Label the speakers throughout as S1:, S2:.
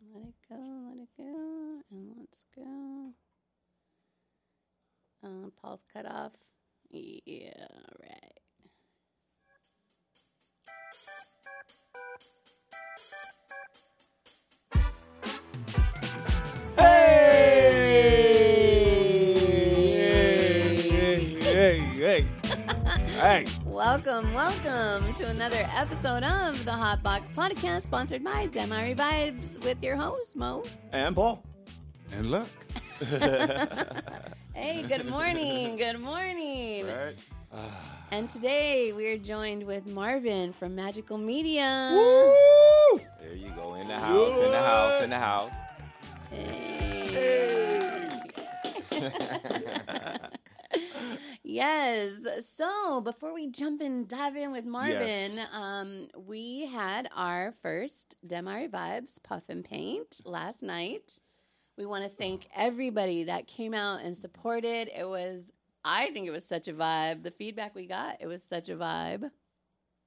S1: go, let it go, and let's go. Um, Paul's cut off. Yeah, right.
S2: Hey! Hey! Hey! Hey! hey.
S1: Welcome, welcome to another episode of the Hot Box Podcast, sponsored by Demari Vibes with your host, Mo.
S2: And Paul.
S3: And look,
S1: Hey, good morning, good morning.
S3: right?
S1: And today we are joined with Marvin from Magical Media.
S2: Woo!
S4: There you go. In the house, in the house, in the house.
S1: Hey. yes. So before we jump and dive in with Marvin,
S2: Yes.
S1: um, we had our first Demari Vibes Puff and Paint last night. We want to thank everybody that came out and supported. It was, I think it was such a vibe. The feedback we got, it was such a vibe.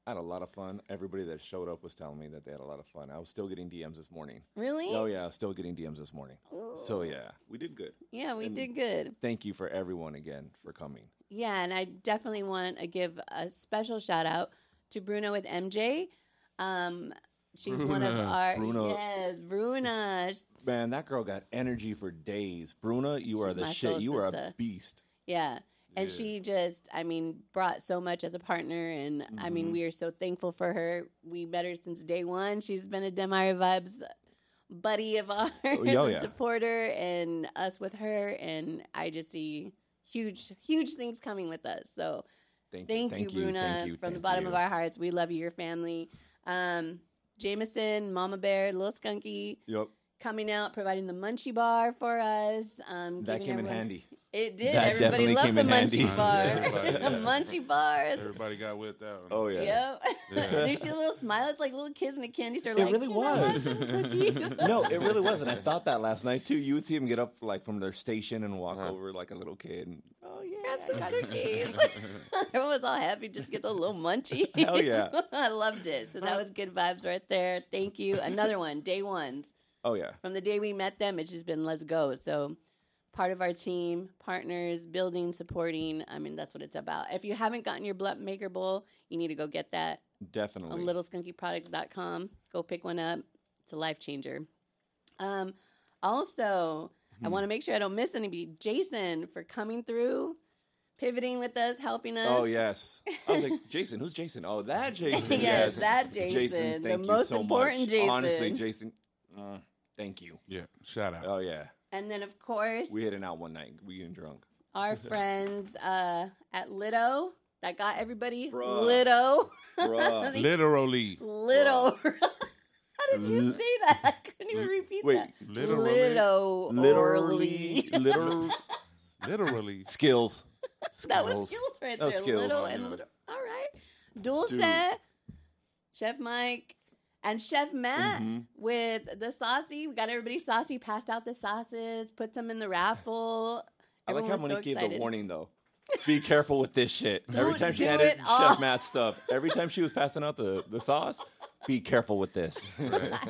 S2: I had a lot of fun. Everybody that showed up was telling me that they had a lot of fun. I was still getting DMs this morning.
S1: Really?
S2: Oh yeah, I was still getting DMs this morning.
S1: Oh.
S2: So yeah, we did good.
S1: Yeah, we
S2: And-
S1: did good.
S2: Thank you for everyone again for coming.
S1: Yeah, and I definitely want to give a special shout out to Bruna with MJ. Um, she's one of
S3: Bruna,
S1: our
S2: Bruna.
S1: yes, Bruna.
S2: Man, that girl got energy for days. Bruna, you are
S1: She's
S2: the
S1: my
S2: shit.
S1: soul
S2: You are a
S1: sister.
S2: beast.
S1: Yeah, and
S3: Yeah.
S1: she just, I mean, brought so much as a partner, and I mean,
S2: Mhm.
S1: we are so thankful for her. We met her since day one. She's been a Demire Vibes buddy of ours,
S2: Oh, yeah,
S1: and
S2: yeah.
S1: supporter, and us with her. And I just see huge, huge things coming with us. So.
S2: Thank,
S1: Thank,
S2: you. Thank
S1: you, Bruna,
S2: thank you,
S1: from the
S2: thank
S1: bottom
S2: you.
S1: of our hearts. We love you, your family. Um, Jameson, Mama Bear, Little Skunky
S2: Yep.
S1: coming out, providing the Munchie Bar for us. Um,
S2: That
S1: giving
S2: came in
S1: everyone-
S2: handy.
S1: It did.
S2: That
S1: Everybody
S2: definitely
S1: loved
S2: came
S1: the
S2: in handy.
S1: Munchie Bar.
S3: Everybody.
S1: the Munchie Bars.
S3: Everybody got with that one.
S2: Oh yeah.
S1: Yep.
S3: Yeah.
S1: Did you see the little smile? It's like little kids in a candy store.
S2: It
S1: like,
S2: really
S1: "Can I have
S2: was.
S1: some cookies?"
S2: no, it really wasn't. I thought that last night too. You would see them get up like from their station and walk
S4: Uh-huh.
S2: over like a little kid. And, oh
S1: Grab
S2: yeah.
S1: some cookies. Everyone was all happy just to get the little munchies.
S2: Hell yeah.
S1: I loved it. So that was good vibes right there. Thank you. Another one, day ones.
S2: Oh yeah.
S1: From the day we met them, it's just been let's go. So part of our team, partners, building, supporting. I mean, that's what it's about. If you haven't gotten your Blunt Maker Bowl, you need to go get that
S2: Definitely.
S1: on littleskunkyproducts.com. Go pick one up. It's a life changer. Um, also, I
S2: Hmm.
S1: want to make sure I don't miss anybody. Jason for coming through, pivoting with us, helping us.
S2: Oh yes. I was like, Jason, who's Jason? Oh, that Jason.
S1: yes, that Jason, the
S2: thank you
S1: most
S2: so
S1: important
S2: much.
S1: Jason.
S2: Honestly, Jason, uh, thank you.
S3: Yeah, shout out.
S2: Oh yeah.
S1: and then of course
S2: We hit it out one night. We getting drunk.
S1: our friends uh, at Lido that got everybody
S2: Bruh.
S1: Lido,
S2: Bruh.
S3: Literally.
S1: Lido. How did you
S2: Li-
S1: say that? I couldn't even repeat
S2: Wait,
S1: that.
S3: Literally.
S1: Lido,
S2: literally, literal
S3: Literally.
S2: skills.
S1: That was skills right
S2: That
S1: there.
S2: was skills.
S1: Little
S2: Oh,
S1: and
S2: yeah.
S1: little. All right. Dulce,
S2: Dude.
S1: Chef Mike, and Chef Matt
S2: Mhm.
S1: with the saucy. We got everybody saucy, passed out the sauces, put them in the raffle.
S2: I like
S1: Everyone
S2: how
S1: was so
S2: Monique gave the
S1: excited.
S2: warning though. Be careful with this shit. every
S1: Don't
S2: time she
S1: do
S2: had it,
S1: it all.
S2: Chef Matt stuff. Every time she was passing out the, the sauce, be careful with this.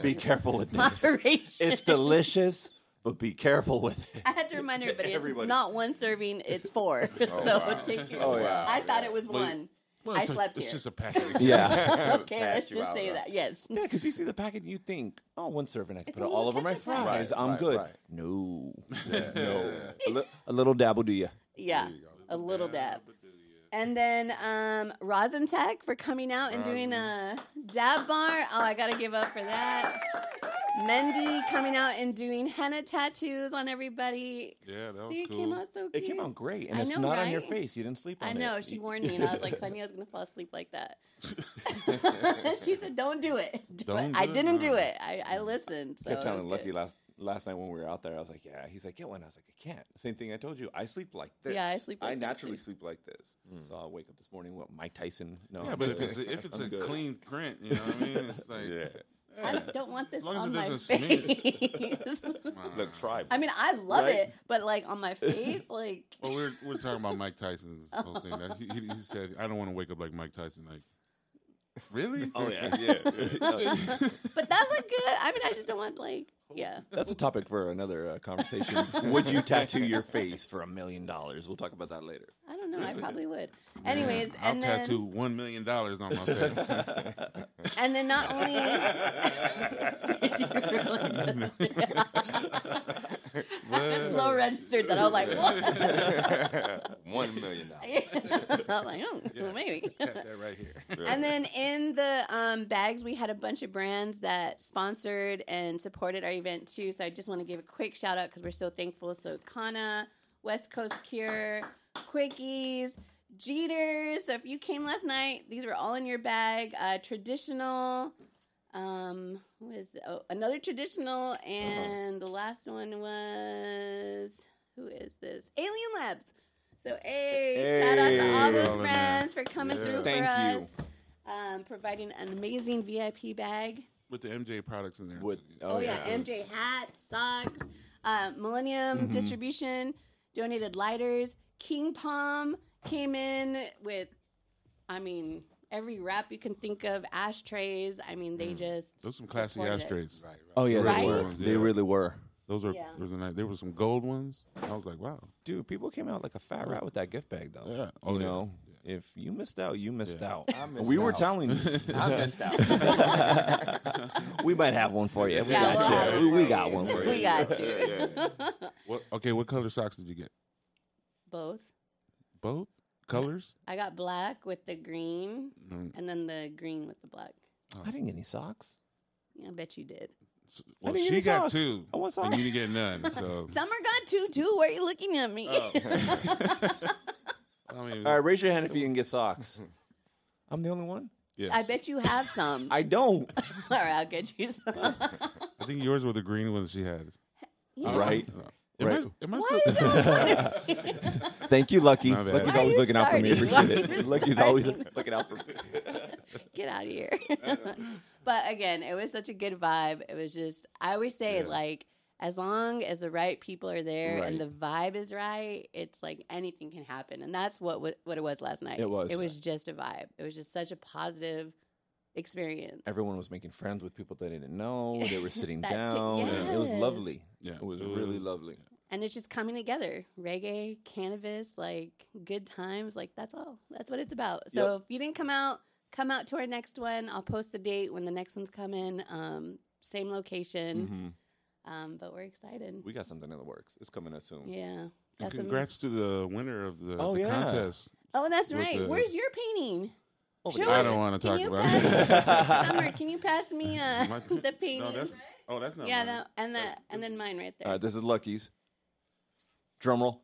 S2: be careful with this.
S1: Moderation.
S2: It's delicious, but be careful with it.
S1: I had to remind everybody,
S2: everybody.
S1: it's not one serving, it's four. so take your.
S2: Oh, yeah.
S1: I thought it was
S3: Well,
S1: one.
S3: Well,
S1: I
S3: it's, a-
S1: slept
S3: it's
S1: here.
S3: just a packet. of-
S2: Yeah.
S1: Okay, let's
S4: Passed you
S1: just
S4: out,
S1: say
S4: huh?
S1: that. Yes.
S2: Yeah, because you see the packet and you think, oh, one serving, I can
S1: It's
S2: put
S1: a
S2: all
S1: little
S2: over my
S1: ketchup packet.
S2: fries.
S4: Right,
S2: I'm
S4: right,
S2: good.
S4: right.
S2: No.
S4: Yeah,
S2: No. a, li- a little dabble, do you?
S1: Yeah.
S3: There you go.
S1: A little dab.
S3: but there you go.
S1: And then um, Rosin Tech for coming out and doing a dab bar. Oh, I gotta give up for that. Mendy coming out and doing henna tattoos on everybody.
S3: Yeah, that was
S1: See, it
S3: cool.
S1: came out so cute.
S2: It came out great, and
S1: I
S2: it's
S1: know,
S2: not on your
S1: right?
S2: face. You didn't sleep on
S1: I
S2: it.
S1: know she warned me, and I was like, 'cause I knew I was gonna fall asleep like that. she said, "Don't do it." Do
S3: Don't
S1: it. I
S3: do it,
S1: didn't
S3: no.
S1: do it. I, I listened. So
S2: I
S1: it
S2: kept telling
S1: was
S2: Lucky
S1: good.
S2: last last night when we were out there, I was like, "Yeah." He's like, "Get one." I was like, "I can't." Same thing I told you. I sleep like this.
S1: Yeah, I sleep
S2: I
S1: like that,
S2: naturally
S1: too.
S2: sleep like this. So I wake up this morning with Mike Tyson. No,
S3: Yeah,
S2: I'm
S3: but if
S2: good.
S3: it's a, if it's
S2: I'm
S3: a
S2: good.
S3: clean print, you know what I mean? It's like, eh.
S2: yeah.
S1: I don't want this
S3: long as
S1: on
S3: it
S1: my
S3: doesn't smear.
S1: face.
S3: wow.
S2: Look, tribe.
S1: I mean, I love
S2: Right?
S1: it, but like on my face, like
S3: Well, we're we're talking about Mike Tyson's whole thing. That he, he he said, "I don't want to wake up like Mike Tyson." Like, really?
S2: oh yeah, yeah.
S1: but that looked good. I mean, I just don't want like Yeah.
S2: That's a topic for another uh, conversation. Would you tattoo your face for a million dollars? We'll talk about that later.
S1: I don't know. I probably would. Anyways,
S3: I'll
S1: and then,
S3: tattoo one million dollars on my face.
S1: and then not only You really just- I just slow registered that I was like, what?
S4: One million dollars.
S1: I was like, oh, well, maybe.
S3: Tap that right here.
S1: And then in the um, bags, we had a bunch of brands that sponsored and supported our event too. So I just want to give a quick shout out because we're so thankful. So Kana, West Coast Cure, Quickies, Jeters. So if you came last night, these were all in your bag. Uh, traditional. Um, who is oh, another traditional, and the last one was who is this? Alien Labs. So, hey, shout out to all
S2: Hey.
S1: those
S3: All in there.
S1: brands for coming
S3: Yeah.
S1: through for
S4: Thank
S1: us
S4: you.
S1: um, providing an amazing VIP bag.
S3: With the MJ products in there.
S2: Would,
S1: Oh, yeah. MJ hat, socks, uh, Millennium Distribution donated lighters. King Palm came in with, I mean, every wrap you can think of, ashtrays. I mean, they just
S3: Those some classy
S1: Supported.
S3: ashtrays.
S2: Oh yeah,
S1: Right?
S2: they were. They really were.
S3: Those are
S1: Yeah.
S3: those are nice. There were some gold ones. I was like, wow.
S2: Dude, people came out like a fat rat with that gift bag though.
S3: Yeah. Oh,
S2: you
S3: yeah.
S2: know, if you missed out, you missed out.
S4: I missed
S2: we were
S4: out.
S2: telling you.
S4: I missed out.
S2: we might have one for you. We
S1: Yeah,
S2: got
S1: we'll have
S2: you.
S1: one
S2: We
S1: for
S2: got
S1: you.
S2: one for you.
S1: We got you.
S4: Yeah, yeah.
S3: What, okay, what color socks did you get?
S1: both.
S3: Both colors.
S1: I got black with the green,
S3: Mm,
S1: and then the green with the black.
S2: I didn't get any socks.
S1: Yeah, I bet you did.
S3: s- Well,
S2: didn't get
S3: she
S2: any
S3: got
S2: socks.
S3: two.
S2: I want
S3: And
S2: socks.
S3: you didn't get none. So
S1: Summer got two too. Why are you looking at me?
S2: Oh.
S3: I mean,
S2: All right, raise your hand if you can get socks. I'm the only one.
S3: yes.
S1: I bet you have some.
S2: I don't.
S1: All right, I'll get you some.
S3: I think yours were the green ones she had.
S1: Yeah.
S2: Right.
S3: Am
S2: Right.
S3: I, am I
S1: Why
S3: still?
S1: is that?
S2: Thank you, Lucky.
S3: My bad.
S2: Lucky's
S3: Why
S1: are
S2: always
S1: you
S2: looking out for me.
S1: starting?
S2: Appreciate
S1: Why are
S2: it.
S1: you
S2: Lucky's always
S1: starting?
S2: looking out for me.
S1: Get out of here. but again, it was such a good vibe. It was just, I always say,
S3: Yeah.
S1: like, as long as the right people are there
S2: Right.
S1: and the vibe is right, it's like anything can happen. And that's what wa- what it was last night.
S2: It was.
S1: It was just a vibe. It was just such a positive experience.
S2: Everyone was making friends with people they didn't know. They were sitting
S1: That too,
S2: down. and It was
S1: yes.
S2: lovely.
S3: Yeah.
S2: It was
S3: It
S2: really
S3: was-
S2: lovely.
S1: and it's just coming together reggae cannabis like good times like that's all that's what it's about so if you didn't come out come out to our next one i'll post the date when the next one's coming um, same location
S2: Mhm.
S1: um, but we're excited
S2: We got something in the works. It's coming up soon.
S1: yeah
S3: And
S1: some-
S3: congrats to the winner of the,
S2: Oh,
S3: the
S2: yeah.
S3: contest.
S1: oh that's
S3: with
S1: right
S3: the-
S1: where's your painting
S2: Oh,
S1: Show
S2: God.
S3: I
S1: us
S3: don't
S1: it.
S3: wanna
S1: Can
S3: talk
S1: you
S3: about
S1: pass-
S2: it.
S1: Summer, can you pass me uh,
S3: My-
S1: the painting?
S3: No, that's oh, that's not.
S1: yeah,
S3: mine.
S1: that, and the
S3: That- Uh,
S1: and then mine right there.
S2: All right, Uh, this is Lucky's. Drum roll.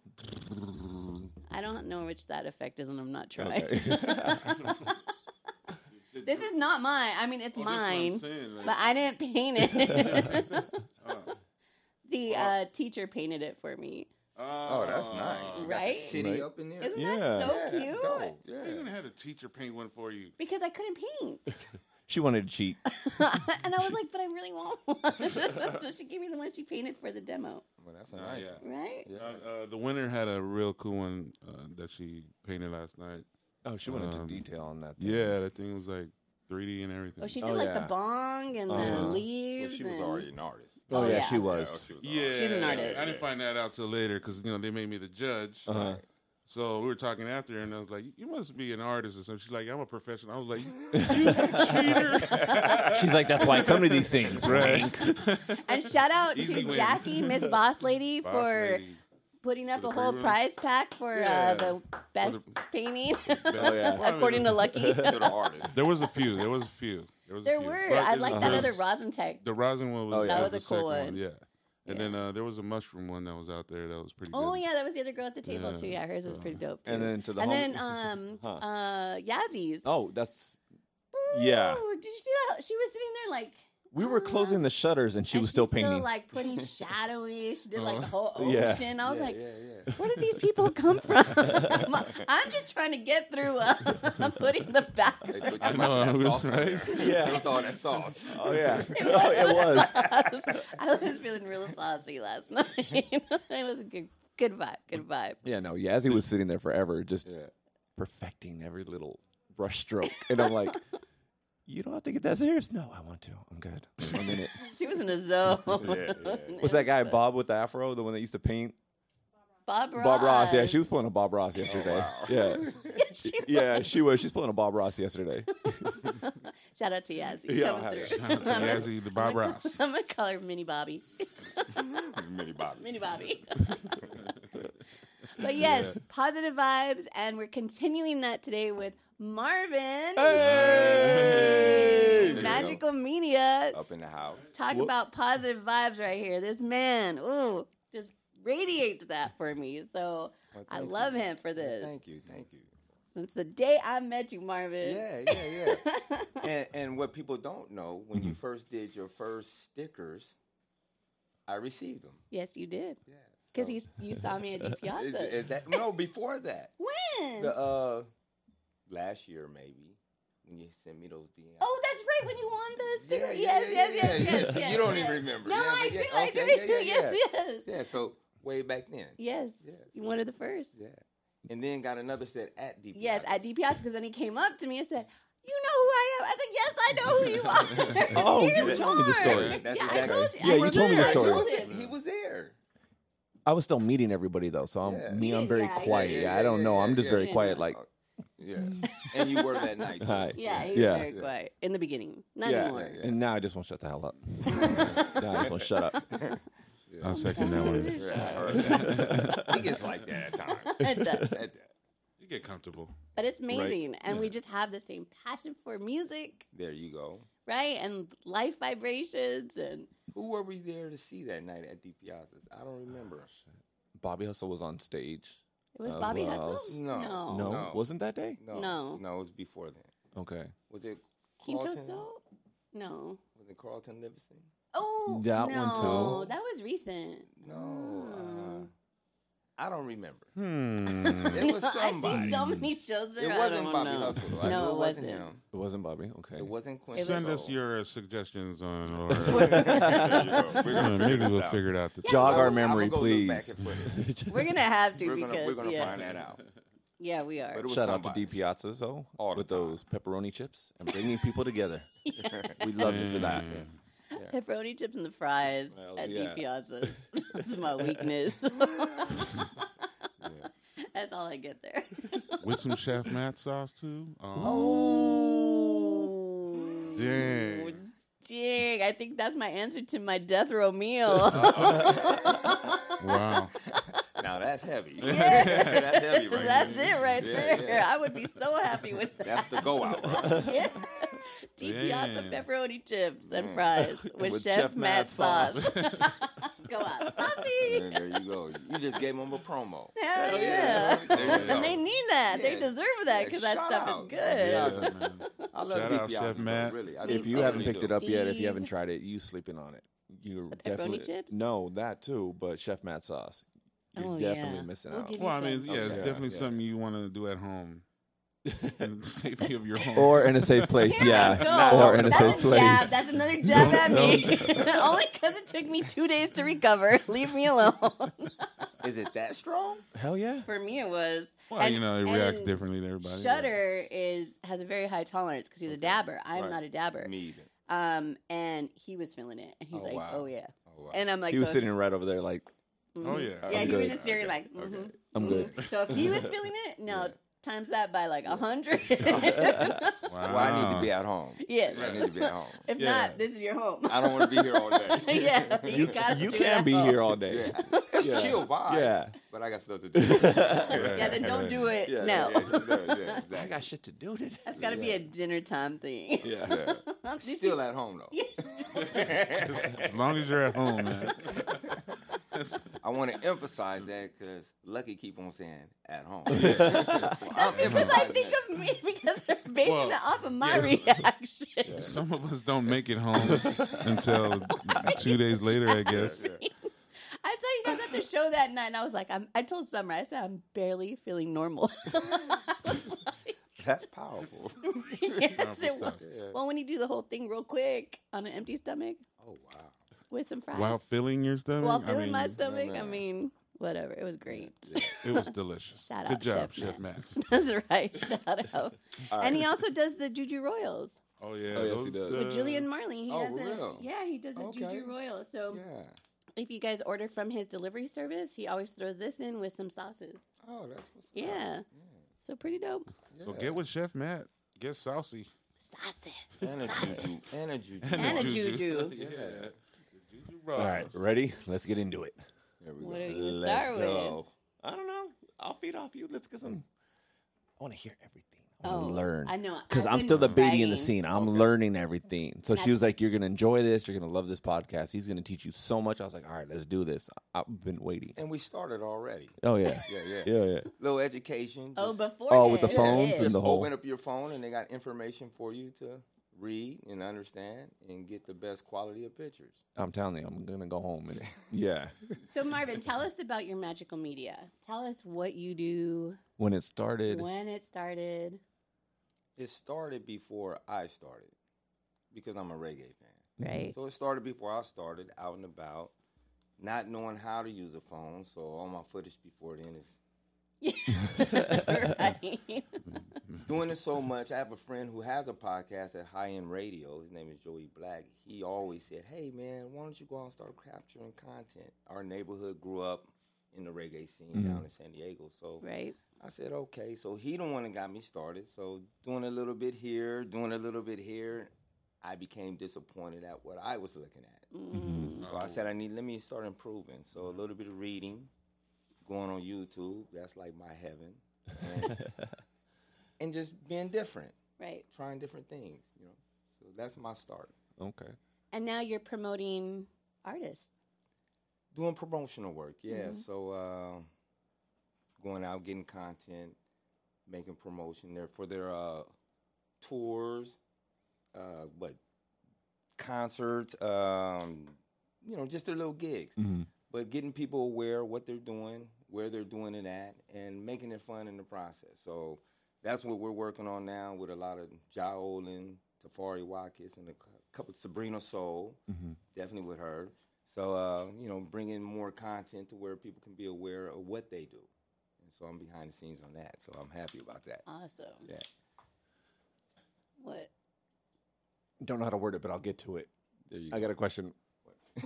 S1: I don't know which that effect is, and I'm not trying.
S2: Okay.
S1: This is not mine. I mean, it's
S3: Oh, that's what I'm
S1: mine.
S3: saying, like-
S1: But I didn't paint it.
S3: Oh.
S1: the uh, teacher painted it for me.
S3: Oh,
S4: that's nice.
S1: Right?
S4: City
S2: Right.
S4: up in there.
S1: Isn't
S2: Yeah.
S1: that so
S4: Yeah,
S1: cute?
S4: dope.
S3: You're
S4: Yeah.
S3: gonna have a teacher paint one for you.
S1: Because I couldn't paint.
S2: She wanted to cheat.
S1: and I was like, but I really want one. so she gave me the one she painted for the demo,
S4: Well, that's a
S3: Ah,
S4: nice
S3: yeah.
S4: one.
S1: right?
S4: Yeah.
S3: Uh, uh, the winner had a real cool one uh, that she painted last night.
S2: Oh, she went into
S3: Um,
S2: detail on that. thing.
S3: Yeah, that thing was like 3D and everything.
S1: Oh, she did
S2: Oh,
S1: like
S2: yeah.
S1: the bong and
S2: Uh-huh.
S1: the
S2: Well,
S1: leaves.
S4: Well, she was
S1: and-
S4: already an artist.
S2: Oh,
S1: Oh,
S2: yeah,
S1: yeah.
S2: she was.
S4: Yeah, she was an
S3: yeah,
S4: artist.
S1: She's an artist.
S3: I didn't find that out till later because you know they made me the judge.
S2: Uh-huh.
S3: So we were talking after, her, and I was like, "You must be an artist or something." She's like, "I'm a professional." I was like, "You cheater!"
S2: She's like, that's why I come to these things.
S3: right?
S1: And shout out to
S3: Easy win.
S1: Jackie, Miss Boss Lady,
S3: Boss
S1: for
S3: lady.
S1: putting up
S3: the
S1: a whole
S3: pre-run.
S1: prize pack for
S3: Yeah.
S1: uh, the best painting,
S3: Oh
S2: yeah.
S1: according to Lucky.
S4: To the artist.
S3: There was a few. There was a few. There, was
S1: there
S3: a few.
S1: were.
S3: But
S1: I
S3: it-
S1: like that
S3: the-
S1: other Rosentech.
S3: The rosin one was,
S2: Oh, yeah. That
S3: was
S1: was
S3: the
S1: a cool
S3: second
S1: one.
S3: Yeah. And
S1: Yeah.
S3: then uh, there was a mushroom one that was out there that was pretty
S1: Oh
S3: good.
S1: yeah, that was the other girl at the table
S3: Yeah.
S1: too. Yeah, hers was pretty dope too.
S2: And then to the
S1: and
S2: home-
S1: then um
S2: Huh.
S1: uh Yazie's.
S2: Oh, that's. Yeah.
S1: Ooh, did you see that? She was sitting there like
S2: We were closing the shutters and she
S1: and
S2: was still
S1: she's
S2: painting.
S1: still like putting shadowy. She did like the whole
S2: Yeah.
S1: ocean. I was
S4: yeah,
S1: like,
S4: yeah, yeah.
S1: where did these people come from? I'm just trying to get through. Uh, putting the back.
S4: They put too
S3: I
S4: much
S3: know,
S4: of
S3: I
S4: that
S3: was
S4: sauce in
S3: right.
S4: there.
S2: Yeah.
S4: They throw that sauce.
S2: oh, yeah. oh, it was.
S1: I was, I was feeling real saucy last night. it was a good, good vibe. Good vibe.
S2: Yeah, no, Yazzie was sitting there forever, just
S4: Yeah.
S2: perfecting every little brush stroke. And I'm like, you don't have to get that serious. No, I want to. I'm good. One minute.
S1: She was in a zone.
S4: Yeah, yeah.
S2: What's that guy Bob with the afro, the one that used to paint?
S1: Bob Ross. Oh,
S2: Bob Ross. Yeah, she was pulling a Bob Ross yesterday.
S4: wow.
S2: Yeah,
S1: She was.
S2: yeah, she was. She's pulling a Bob Ross yesterday.
S1: Shout out to Yazzie.
S2: Yeah,
S1: coming
S2: yeah.
S1: through.
S3: Shout out to
S1: I'm gonna-
S3: Yazzie, the Bob
S1: I'm gonna-
S3: Ross.
S1: I'm gonna call her Mini Bobby.
S4: Mini Bobby.
S1: Mini Bobby. but yes, positive vibes, and we're continuing that today with Marvin,
S2: Hey!
S4: There you go.
S1: Magical Media.
S4: Up in the house.
S1: Talk
S2: Whoop.
S1: about positive vibes right here. This man, ooh, just radiates that for me. So
S4: Well,
S1: I
S4: thank
S1: love
S4: you.
S1: him for
S4: Yeah,
S1: this.
S4: Thank you. Thank you.
S1: Since the day I met you, Marvin.
S4: Yeah, yeah, yeah. and, and what people don't know, when
S1: Mm-hmm.
S4: you first did your first stickers, I received them.
S1: Yes, you did.
S4: Yeah.
S1: Because
S4: so-
S1: he's you saw me at G
S4: Is,
S1: Piazza.
S4: is that no before that?
S1: when?
S4: The uh, last year maybe when you sent me those DMs.
S1: oh, that's right. When you won the
S4: Yeah,
S1: sticker.
S4: yeah,
S1: yes, yes,
S4: yeah,
S1: yes,
S4: yeah,
S1: yes,
S4: yeah.
S1: yes,
S4: You don't
S1: yes.
S4: even remember.
S1: No,
S4: Yeah,
S1: I
S4: but
S1: do.
S4: yeah,
S1: I do.
S4: okay, yeah, yeah,
S1: yes, yes.
S4: Yeah, so way back then.
S1: Yes.
S4: Yeah,
S1: You
S4: so-
S1: wanted the first.
S4: Yeah. And then got another set at DP.
S1: Yes, at D Piazza. Because then he came up to me and said, You know who I am? I said, Yes, I know who you are.
S2: Oh, you
S1: Here's
S2: told me the
S1: Marv."
S2: story.
S4: That's
S1: yeah, I
S4: exactly-
S1: told you.
S2: Yeah,
S1: I
S2: you
S1: was
S2: told me the
S1: there. I
S2: story.
S1: told
S4: He
S1: him.
S4: was, he was there.
S2: I was still meeting everybody though, so I'm
S4: Yeah.
S2: me. I'm
S1: Meeting
S2: very
S1: guy.
S2: quiet.
S4: Yeah,
S2: Yeah,
S4: yeah,
S2: I don't
S4: yeah,
S2: know. I'm
S4: yeah,
S2: just
S4: yeah.
S2: very
S1: Yeah.
S2: quiet. Like
S4: Yeah. and you were that night. too.
S2: Hi.
S1: Yeah, he was
S2: Yeah.
S1: very
S4: Yeah.
S1: quiet in the beginning. Not
S2: yeah,
S1: anymore.
S4: yeah.
S2: and now I just won't shut the hell up. now I just won't shut up.
S3: I'll second that one.
S4: Yeah, I heard that. he gets like that at times.
S1: It does.
S4: At that.
S3: You get comfortable.
S1: But it's amazing. And we just have the same passion for music,
S4: There you go.
S1: right? And life vibrations. And
S4: Who were we there to see that night at D Piazza's? I don't remember.
S3: Oh,
S2: Bobby Hustle was on stage.
S1: it was
S2: Uh,
S1: Bobby
S2: who
S1: Hustle?
S2: else?
S4: No.
S1: No.
S2: no,
S4: Oh. no.
S2: wasn't that day?
S4: No,
S1: No.
S4: no, it was before then.
S2: Okay.
S4: Was it
S1: Quinto
S4: Carlton?
S1: Soul? No.
S4: Was it Carlton Livingston?
S1: Oh,
S2: That one
S1: no.
S2: too.
S1: That was recent. Hmm.
S4: No, uh, I don't remember.
S2: Hmm.
S4: It was
S1: I
S4: somebody.
S1: see so many shows that
S4: it
S1: I
S4: wasn't
S1: don't
S4: Bobby
S1: know.
S4: Hustle. though.
S1: No,
S4: I know
S1: it wasn't.
S4: him.
S2: it wasn't Bobby. Okay.
S4: It wasn't Quincy.
S1: was-
S3: Send us
S4: Soul.
S3: your uh, suggestions on, or
S4: There you go. We're
S3: Uh,
S4: gonna
S3: maybe
S4: this
S3: we'll
S4: out.
S3: figure it out. The
S1: Yeah.
S2: Jog
S1: I
S2: our
S1: will-
S4: I will
S2: memory,
S4: go look back
S2: please.
S4: at footage.
S1: We're gonna have to
S4: We're
S1: because
S4: gonna, we're gonna
S1: yeah,
S4: find that out.
S1: yeah, we are.
S4: But it was
S2: Shout out to
S4: somebody.
S2: D Piazzas though,
S4: All the
S2: with
S4: time.
S2: those pepperoni chips and bringing people together. We love you for that.
S1: Pepperoni chips and the fries
S2: Well,
S1: at
S2: yeah.
S1: D Piazza. That's my weakness. That's all I get there.
S3: With some chef Matt sauce too. Oh,
S1: Oh,
S3: dang.
S1: Dang, I think that's my answer to my death row meal.
S3: wow.
S4: Now that's heavy.
S1: Yeah.
S4: that's heavy right
S1: That's
S4: there.
S1: it right
S4: Yeah,
S1: there.
S4: yeah.
S1: I would be so happy with that.
S4: That's the go out. Right?
S1: yeah. Deep piazza
S3: Damn.
S1: pepperoni chips
S4: Mm.
S1: and fries with,
S2: With
S1: Chef,
S2: Chef
S1: Matt
S2: Matt
S1: sauce. Go out, saucy.
S4: there, there you go. You just gave them a promo.
S1: Hell yeah.
S4: yeah. There you
S1: And they
S4: go.
S1: need that. They
S4: Yeah.
S1: deserve that because
S4: Yeah,
S1: that
S4: shout
S1: stuff
S4: out.
S1: is good.
S3: Yeah,
S4: Yeah.
S3: man.
S4: I love
S3: Shout out,
S4: Deep
S3: Chef
S4: Piazzas, though,
S3: Matt.
S4: Really, I
S1: If
S2: If
S4: do
S2: you
S1: Totally
S2: haven't
S4: really
S2: picked
S4: do.
S2: it up yet, if
S1: Steve.
S2: you haven't tried it, you sleeping on it. You're
S1: pepperoni
S2: definitely
S1: chips?
S2: no that too, but Chef Matt sauce. You're
S1: Oh,
S2: definitely
S1: yeah.
S2: missing
S1: We'll
S2: out.
S1: give
S3: Well, I mean,
S1: Decent.
S3: yeah, it's
S2: Okay.
S3: definitely
S2: Yeah.
S3: something you want to do at home, in the safety of your home.
S2: or in a safe place,
S1: Here
S2: yeah,
S1: I go.
S2: or in a
S1: That's
S2: safe
S1: a
S2: place.
S1: jab. That's another jab at me. Only because it took me two days to recover. Leave me alone.
S4: Is it that strong?
S2: Hell yeah.
S1: For me, it was.
S3: well, you know, it reacts
S1: differently.
S3: differently to everybody.
S1: Shudder is has a very high tolerance because he's a dabber. I'm
S4: Right.
S1: not a dabber.
S4: Me either.
S1: Um, and he was feeling it, and he's
S4: Oh,
S1: like,
S4: wow.
S1: "Oh yeah,"
S4: Oh, wow.
S1: and I'm like,
S2: he was
S1: so-
S2: sitting right over there, like
S1: mhm.
S3: Oh yeah.
S1: Yeah,
S2: I'm
S1: he was
S2: good.
S1: just staring
S4: Okay,
S1: like,
S4: okay.
S1: mhm,
S2: I'm good.
S1: mhm. So if he was feeling it, now
S4: Yeah.
S1: times that by like a hundred.
S3: Wow.
S4: Well, I need to be at home.
S1: yes.
S4: I need to be at home.
S1: If
S2: Yeah.
S1: not, this is your home.
S4: I don't want to be here all day.
S1: yeah, you, gotta.
S2: you
S1: do
S2: can
S1: it
S2: be
S1: at
S2: here
S1: home.
S2: all day.
S4: Yeah. It's
S2: Yeah.
S4: chill vibe.
S2: Yeah.
S4: But I got stuff to do.
S1: Yeah, then don't do it
S2: Yeah,
S1: now.
S4: Yeah, yeah, yeah,
S2: I got
S4: exactly.
S2: shit to do today.
S1: That's gotta be a dinner time thing.
S2: Yeah.
S1: These
S4: Still at home though.
S3: As long as you're at home, man.
S4: I want to emphasize that because Lucky keep on saying at home. That's
S1: Because I think of me because they're basing
S3: Well,
S1: it off of my
S3: yes.
S1: reaction.
S3: Some of us don't make it home until two days later, I guess.
S1: I saw you guys at the show that night, and I was like, I'm, I told Summer, I said, I'm barely feeling normal.
S4: that's powerful.
S1: yes, it was.
S3: stuff.
S1: Well, when you do the whole thing real quick on an empty stomach
S4: Oh wow.
S1: with some fries,
S3: While filling your stomach,
S1: while feeling
S3: I mean,
S1: my stomach, I
S4: man.
S1: mean, whatever. It was great.
S3: it was delicious.
S1: Shout
S3: Good
S1: out,
S3: job,
S1: Chef
S3: Chef Matt.
S1: That's right. Shout out. And he also does the Juju Royals.
S3: Oh yeah,
S2: Oh, yes,
S3: those-
S2: he does.
S1: with
S3: uh,
S1: Julian Marley. He
S4: Oh,
S1: has
S4: real?
S1: a yeah, he does a
S4: Okay.
S1: Juju Royal. So
S4: Yeah.
S1: if you guys order from his delivery service, he always throws this in with some sauces.
S4: Oh, that's what's up.
S1: Yeah. So pretty dope.
S3: So
S4: Yeah.
S3: get with Chef Matt. Get saucy.
S1: Saucy.
S4: and a
S1: Saucy.
S4: juju. And a juju.
S1: And a
S3: the
S1: juju.
S3: yeah.
S4: Yeah.
S3: The Juju
S2: All right,
S3: Brothers.
S2: ready? Let's get into it.
S4: There we
S1: What
S4: go.
S1: are we gonna start with?
S2: I don't know. I'll feed off you. Let's get some. I want to hear everything. I
S1: Oh,
S2: want to learn.
S1: I know.
S2: Because
S1: I've
S2: I'm
S1: been
S2: still the baby in the
S1: writing.
S2: scene. I'm learning everything. So she
S1: That's-
S2: was like, You're going to enjoy this. You're going to love this podcast. He's going to teach you so much. I was like, All right, let's do this. I- I've been waiting.
S4: And we started already.
S2: Oh, yeah.
S4: Yeah, yeah.
S2: Yeah, yeah.
S4: Little education.
S1: Oh,
S4: just-
S1: before.
S2: Oh, with the
S1: that,
S2: phones
S1: yes.
S2: and
S4: just
S2: the whole-
S4: open up your phone and they got information for you to read and understand and get the best quality of pictures.
S2: I'm telling you, I'm going to go home. And, yeah.
S1: So Marvin, tell us about your magical media. Tell us what you do,
S2: When it started,
S1: when it started.
S4: It started before I started because I'm a reggae fan.
S1: Right.
S4: So it started before I started out and about, not knowing how to use a phone. So all my footage before then is
S1: right.
S4: doing it so much. I have a friend who has a podcast at High End Radio. His name is Joey Black. He always said, "Hey man, why don't you go out and start capturing content?" Our neighborhood grew up in the reggae scene down in San Diego, so
S1: Right.
S4: I said, "Okay." So he the one that got me started. So doing a little bit here, doing a little bit here, I became disappointed at what I was looking at.
S2: Mm-hmm.
S1: Mm.
S4: So I said, I need, let me start improving. So a little bit of reading, going on YouTube, that's like my heaven. And, and just being different,
S1: Right.
S4: trying different things, you know. So that's my start.
S2: okay.
S1: And now you're promoting artists.
S4: Doing promotional work, yeah. So uh, going out, getting content, making promotion there for their uh, tours, uh, what, concerts, um, you know, just their little gigs.
S3: Mm-hmm,
S4: but getting people aware of what they're doing, where they're doing it at, and making it fun in the process. So that's what we're working on now with a lot of Ja Olin, Tafari Watkins, and a cou- couple Sabrina Soul,
S3: mm-hmm.
S4: definitely with her. So uh, you know, bringing more content to where people can be aware of what they do. And so I'm behind the scenes on that. So I'm happy about that.
S1: Awesome.
S4: Yeah.
S1: What?
S2: Don't know how to word it, but I'll get to it.
S4: There you
S2: I
S4: go.
S2: got a question.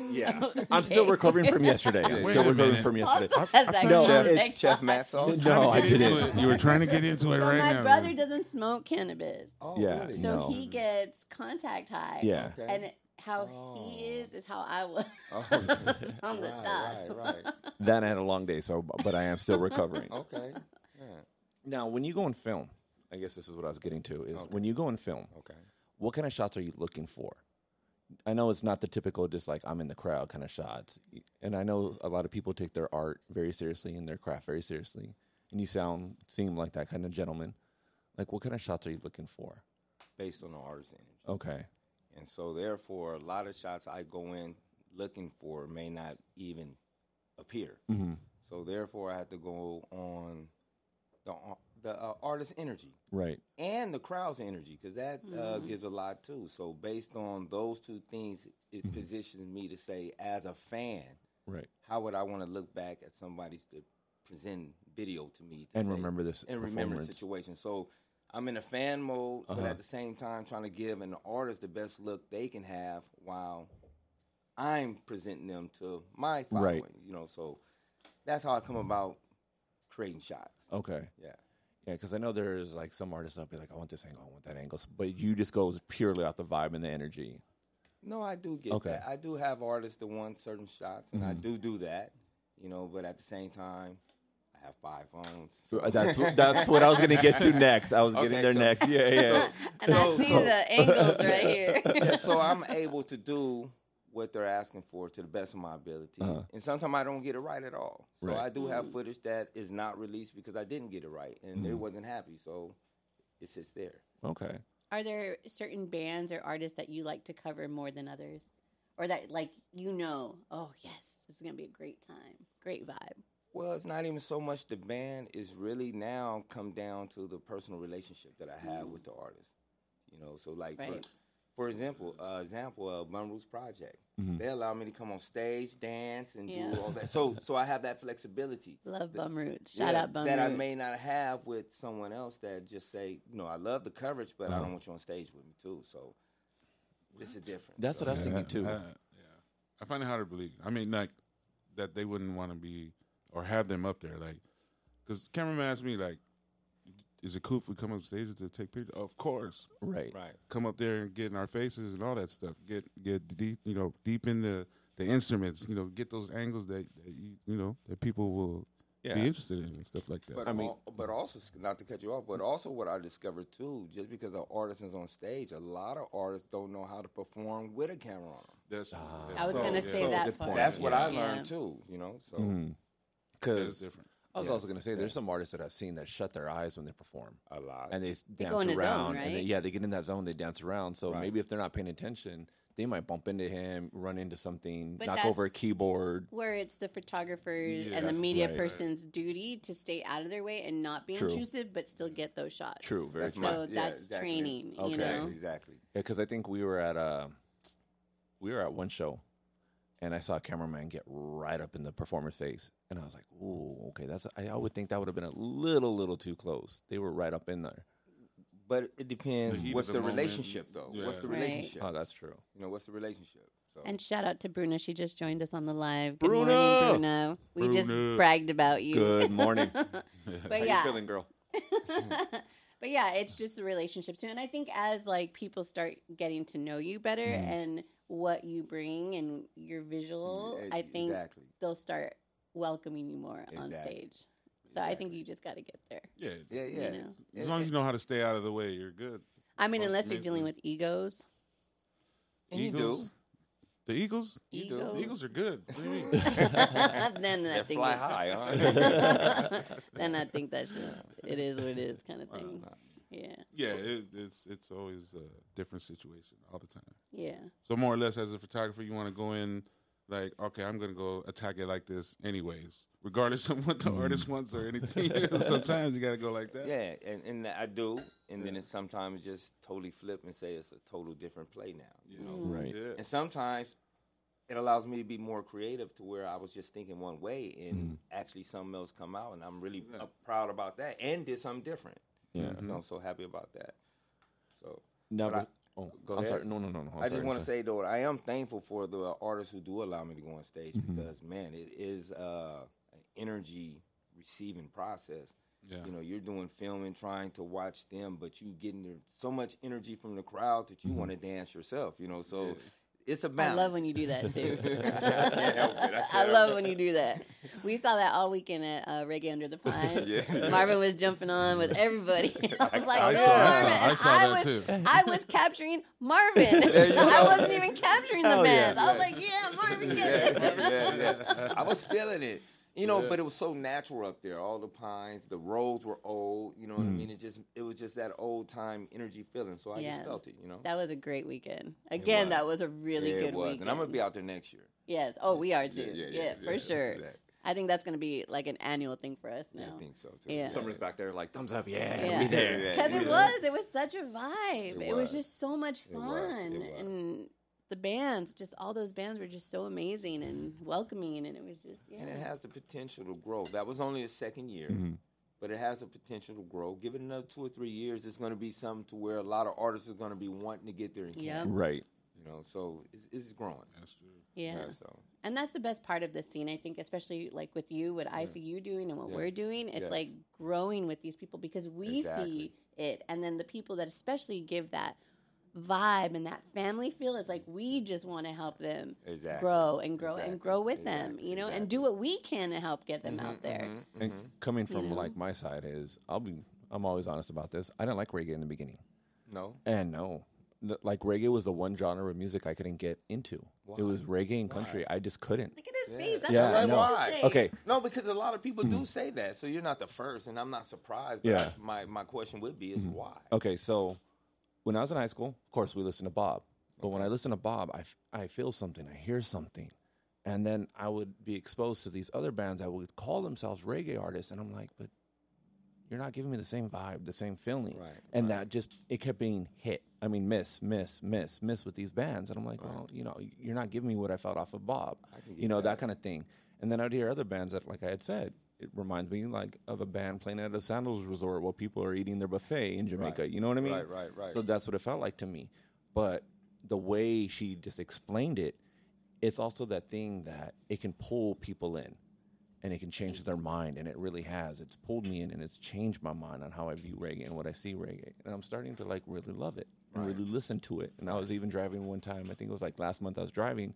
S2: Yeah. I'm still recovering from yesterday. I'm
S4: Wait
S2: still
S3: a
S2: recovering
S3: minute.
S2: from yesterday.
S1: Also
S3: I- I
S1: has
S3: thought
S1: that
S2: you
S1: kind
S2: were-
S1: of
S2: it's
S1: thing.
S4: Chef Matt Soul.
S2: No, I
S3: Get into
S2: didn't.
S3: it. You were trying to get into it
S1: So
S3: right
S1: my
S3: now.
S1: brother doesn't smoke cannabis.
S4: Oh,
S2: Yeah.
S4: really?
S1: So
S2: No.
S1: he gets contact high.
S2: Yeah.
S4: Okay.
S1: And it- how he
S4: Oh.
S1: is is how I was
S4: Oh,
S1: on the
S4: right,
S1: sauce.
S4: right, right.
S2: Then I had a long day, so but I am still recovering.
S4: Okay. Yeah.
S2: Now, when you go and film, I guess this is what I was getting to is when you go and film,
S4: Okay.
S2: what kind of shots are you looking for? I know it's not the typical just like I'm in the crowd kind of shots. And I know a lot of people take their art very seriously and their craft very seriously. And you sound seem like that kind of gentleman. Like what kind of shots are you looking for?
S4: Based on the artist energy.
S2: Okay.
S4: And so, therefore, a lot of shots I go in looking for may not even appear.
S2: Mhm.
S4: So, therefore, I have to go on the ar- the uh, artist's energy
S2: Right.
S4: and the crowd's energy because that uh,
S2: Mm-hmm.
S4: gives a lot too. So, based on those two things, it
S2: Mm-hmm.
S4: positions me to say, as a fan,
S2: Right.
S4: how would I want to look back at somebody's to present video to me to
S2: And
S4: say-
S2: remember this
S4: and remember the
S2: performance. Uh-huh.
S4: situation. So I'm in a fan mode, but at the same time trying to give an artist the best look they can have while I'm presenting them to my following.
S2: Right.
S4: You know, so that's how I come about creating shots.
S2: Okay.
S4: Yeah.
S2: Yeah, because I know there's like some artists that'll be like, I want this angle, I want that angle. s- But you just go purely off the vibe and the energy.
S4: No, I do get
S2: Okay. Mm-hmm.
S4: that. I do have artists that want certain shots, and I do do that. You know, but at the same time, I have five phones.
S2: Uh, That's wh- that's what I was gonna get to next. I was getting
S4: Okay,
S2: there
S4: so-
S2: next. Yeah, yeah.
S1: And I
S4: So-
S1: see
S4: so-
S1: the angles right here.
S4: yeah, so I'm able to do what they're asking for to the best of my ability. And sometimes I don't get it right at all. So
S2: Right.
S4: I do
S1: Mm.
S4: have footage that is not released because I didn't get it right and they wasn't happy. So it sits there.
S2: okay.
S1: Are there certain bands or artists that you like to cover more than others? Or that like you know, oh yes, this is gonna be a great time. Great vibe.
S4: Well, it's not even so much the band. It's really now come down to the personal relationship that I have with the artist. You know, so like for,
S1: Mm. Right.
S4: for example, uh, example of Munro's project.
S2: Mhm.
S4: They allow me to come on stage, dance, and
S1: Yeah.
S4: do all that. So, so I have that flexibility.
S1: Love Bum Roots. Shout
S4: yeah,
S1: out Bum
S4: that
S1: Roots.
S4: I may not have with someone else that just say, you know, I love the coverage, but I don't want you on stage with me too. So, it's a difference.
S2: That's
S4: So-
S2: what I was
S3: Yeah,
S2: thinking too.
S3: I- yeah, I find it hard to believe. I mean, like that they wouldn't want to be or have them up there, like because cameraman asked me, like, is it cool if we come up stage to take pictures? Of course,
S2: Right.
S4: Right.
S3: come up there and get in our faces and all that stuff. Get get deep, you know, deep in the the instruments. You know, get those angles that, that you you know that people will be
S2: Yeah.
S3: interested in and stuff like that.
S4: But
S2: I mean-
S4: al- but also s- not to cut you off, but also what I discovered too, just because an artist is on stage, a lot of artists don't know how to perform with a camera on them.
S3: that's,
S2: Ah.
S1: I was
S3: so-
S1: gonna
S3: yeah.
S1: say
S3: so
S1: that
S2: good
S1: part.
S2: point.
S4: That's what I
S1: Yeah.
S4: learned too, you know. So
S2: Mm-hmm.
S3: That's
S2: Because
S3: different.
S2: I was also
S4: Yes.
S2: going to say there's some artists that I've seen that shut their eyes when they perform.
S4: a lot.
S2: and they, s dance
S1: go in a zone,
S2: around. and they,
S1: right?
S2: yeah, they get in that zone. They dance around. So
S4: Right.
S2: maybe if they're not paying attention, they might bump into him, run into something,
S1: But
S2: knock over a
S1: that's-
S2: keyboard.
S1: Where it's the photographer
S3: Yeah,
S1: and the
S3: that's
S1: media
S2: right.
S1: person's duty to stay out of their way and not be
S2: True.
S1: intrusive, but still get those shots.
S2: True, very
S4: That's
S1: so
S2: true.
S4: my- yeah,
S1: that's
S4: exactly.
S1: training,
S2: Okay.
S1: you
S4: exactly,
S1: know?
S4: exactly.
S2: Yeah, because I think we were at uh we were at one show, and I saw a cameraman get right up in the performer's face, and I was like, "Ooh, okay, that's." I, I would think that would have been a little, little too close. They were right up in there.
S4: But it depends.
S3: heat of
S4: what's
S3: the
S4: the,
S3: moment.
S4: relationship though? What's
S3: Yeah.
S4: the
S1: Right.
S4: relationship?
S2: Oh, that's true.
S4: You know, what's the relationship? So
S1: And shout out to Bruna. She just joined us on the live. Good
S2: Bruna!
S1: morning, Bruna. We
S3: Bruna.
S1: just bragged about you.
S2: Good morning.
S1: But
S2: How
S1: yeah.
S2: you feeling, girl?
S1: but yeah, it's just the relationships too. And I think as like people start getting to know you better
S2: Mhm.
S1: and what you bring and your visual,
S4: e-
S1: I think
S4: exactly.
S1: they'll start welcoming you more on
S4: Exactly.
S1: stage. So I think
S4: Exactly.
S1: you just got to get there.
S3: Yeah,
S4: Yeah, yeah.
S1: You know,
S3: as long as you know how to stay out of the way, you're good.
S1: I mean,
S3: Well,
S1: unless you're dealing with
S3: amazing.
S1: egos.
S4: And you do.
S3: The Eagles?
S4: You do.
S3: The
S1: Egos.
S3: Eagles are good. What do you mean?
S1: then I
S4: They're
S1: think
S4: fly
S1: it's-
S4: high, aren't they?
S1: then I think that's just it is what it is kind of thing. Yeah,
S3: yeah, it, it's it's always a different situation all the time.
S1: yeah.
S3: So more or less, as a photographer, you want to go in like, okay, I'm gonna go attack it like this, anyways, regardless of what the
S2: Mm.
S3: artist wants or anything. Sometimes you gotta go like that.
S4: Yeah, and, and I do, and then it's sometimes just totally flip and say it's a total different play now. You know,
S2: Right.
S3: Yeah.
S4: and sometimes it allows me to be more creative to where I was just thinking one way and actually something else come out, and I'm really uh, proud about that and did something different.
S2: Yeah.
S4: so I'm so happy about that. So
S2: Now,
S4: But I-
S2: but- oh,
S4: go
S2: I'm
S4: ahead.
S2: sorry. No, no, no, no. I'm
S4: i just
S2: sorry,
S4: want
S2: I'm
S4: to
S2: sorry.
S4: say though, I am thankful for the artists who do allow me to go on stage because man, it is uh, an energy receiving process.
S3: Yeah.
S4: You know, you're doing filming, trying to watch them, but you getting there- so much energy from the crowd that you want to dance yourself. You know, so it's a
S1: I
S4: balance.
S1: love when you do that too.
S4: help it, I
S1: I,
S4: can't help
S1: love when you do that. We saw that all weekend at uh, Reggae Under the Pines.
S4: Yeah.
S1: Marvin was jumping on with everybody. I was like,
S3: I
S1: "Go,
S3: saw- I saw-
S1: Marvin!"
S3: I
S1: And
S3: saw that
S1: was,
S3: too.
S1: I was capturing Marvin.
S4: you
S1: I
S4: go.
S1: wasn't even capturing the
S2: Hell yeah.
S1: bands. I was like, "Yeah, Marvin, get
S4: yeah,
S1: it."
S4: yeah, yeah. I was feeling it. You know, but it was so natural up there. All the pines, the roads were old. You know what I mean? It just, it was just that old time energy feeling. So I
S1: Yeah.
S4: just felt it. You know,
S1: That was a great weekend. Again, that was a really
S4: Yeah,
S1: good
S4: it was,
S1: weekend.
S4: and I'm gonna be out there next year.
S1: Yes. Oh, we are too. Yeah,
S4: yeah, yeah,
S1: for
S4: yeah,
S1: sure.
S4: exactly.
S1: I think that's going to be like an annual thing for us now.
S4: I think so too.
S1: Yeah.
S2: Summer's back there, like thumbs up. Yeah,
S1: Yeah.
S2: we there.
S4: Yeah.
S1: Because it
S4: Yeah.
S1: was, it was such a vibe. It,
S4: It
S1: was.
S4: was.
S1: just so much
S4: It
S1: fun,
S4: was, it was.
S1: and the bands, just all those bands were just so amazing and welcoming, and it was just yeah.
S4: And it has the potential to grow. That was only a second year,
S2: Mm-hmm.
S4: but it has the potential to grow. Give it another two or three years, it's going to be something to where a lot of artists are going to be wanting to get there and
S1: Yep.
S4: can.
S2: Right.
S4: You know, so it's, it's growing.
S3: That's true.
S1: yeah.
S4: so
S1: And that's the best part of the scene, I think, especially like with you, what I see you doing and what
S4: Yeah.
S1: we're doing. It's
S4: Yes.
S1: like growing with these people because we see
S4: Exactly.
S1: it. And then the people that especially give that vibe and that family feel is like we just want to help them
S4: Exactly.
S1: grow and grow and
S4: Exactly.
S1: grow with them,
S4: Exactly. mm-hmm.
S1: you know, and do what we can to help get them out there.
S2: And coming from
S1: know?
S2: like my side is, I'll be, I'm always honest about this. I didn't like reggae in the beginning,
S4: no,
S2: and no, Th- like reggae was the one genre of music I couldn't get into. It was reggae and country. I just couldn't.
S1: Look at his face. That's
S2: Yeah,
S1: what I
S2: I know.
S1: was saying.
S2: Okay,
S4: no, because a lot of people do say that. So you're not the first, and I'm not surprised. But
S2: Yeah. Mm-hmm.
S4: my my question would be is why?
S2: okay. So when I was in high school, of course, we listened to Bob. But when I listen to Bob, I, f- I feel something. I hear something. And then I would be exposed to these other bands that would call themselves reggae artists, and I'm like, but you're not giving me the same vibe, the same feeling.
S4: Right,
S2: And that just it kept being hit. I mean, miss, miss, miss, miss with these bands, and I'm like, well, you know, you're not giving me what I felt off of Bob, you know, that. kind of thing. And then I'd hear other bands that, like I had said, it reminds me like of a band playing at a sandals resort while people are eating their buffet in Jamaica. You know what I mean?
S4: Right, right, right.
S2: So that's what it felt like to me. But the way she just explained it, it's also that thing that it can pull people in and it can change
S1: Mm-hmm.
S2: their mind. And it really has. It's pulled me in and it's changed my mind on how I view reggae and what I see reggae. And I'm starting to like really love it and really listen to it. And I was even driving one time, I think it was like last month I was driving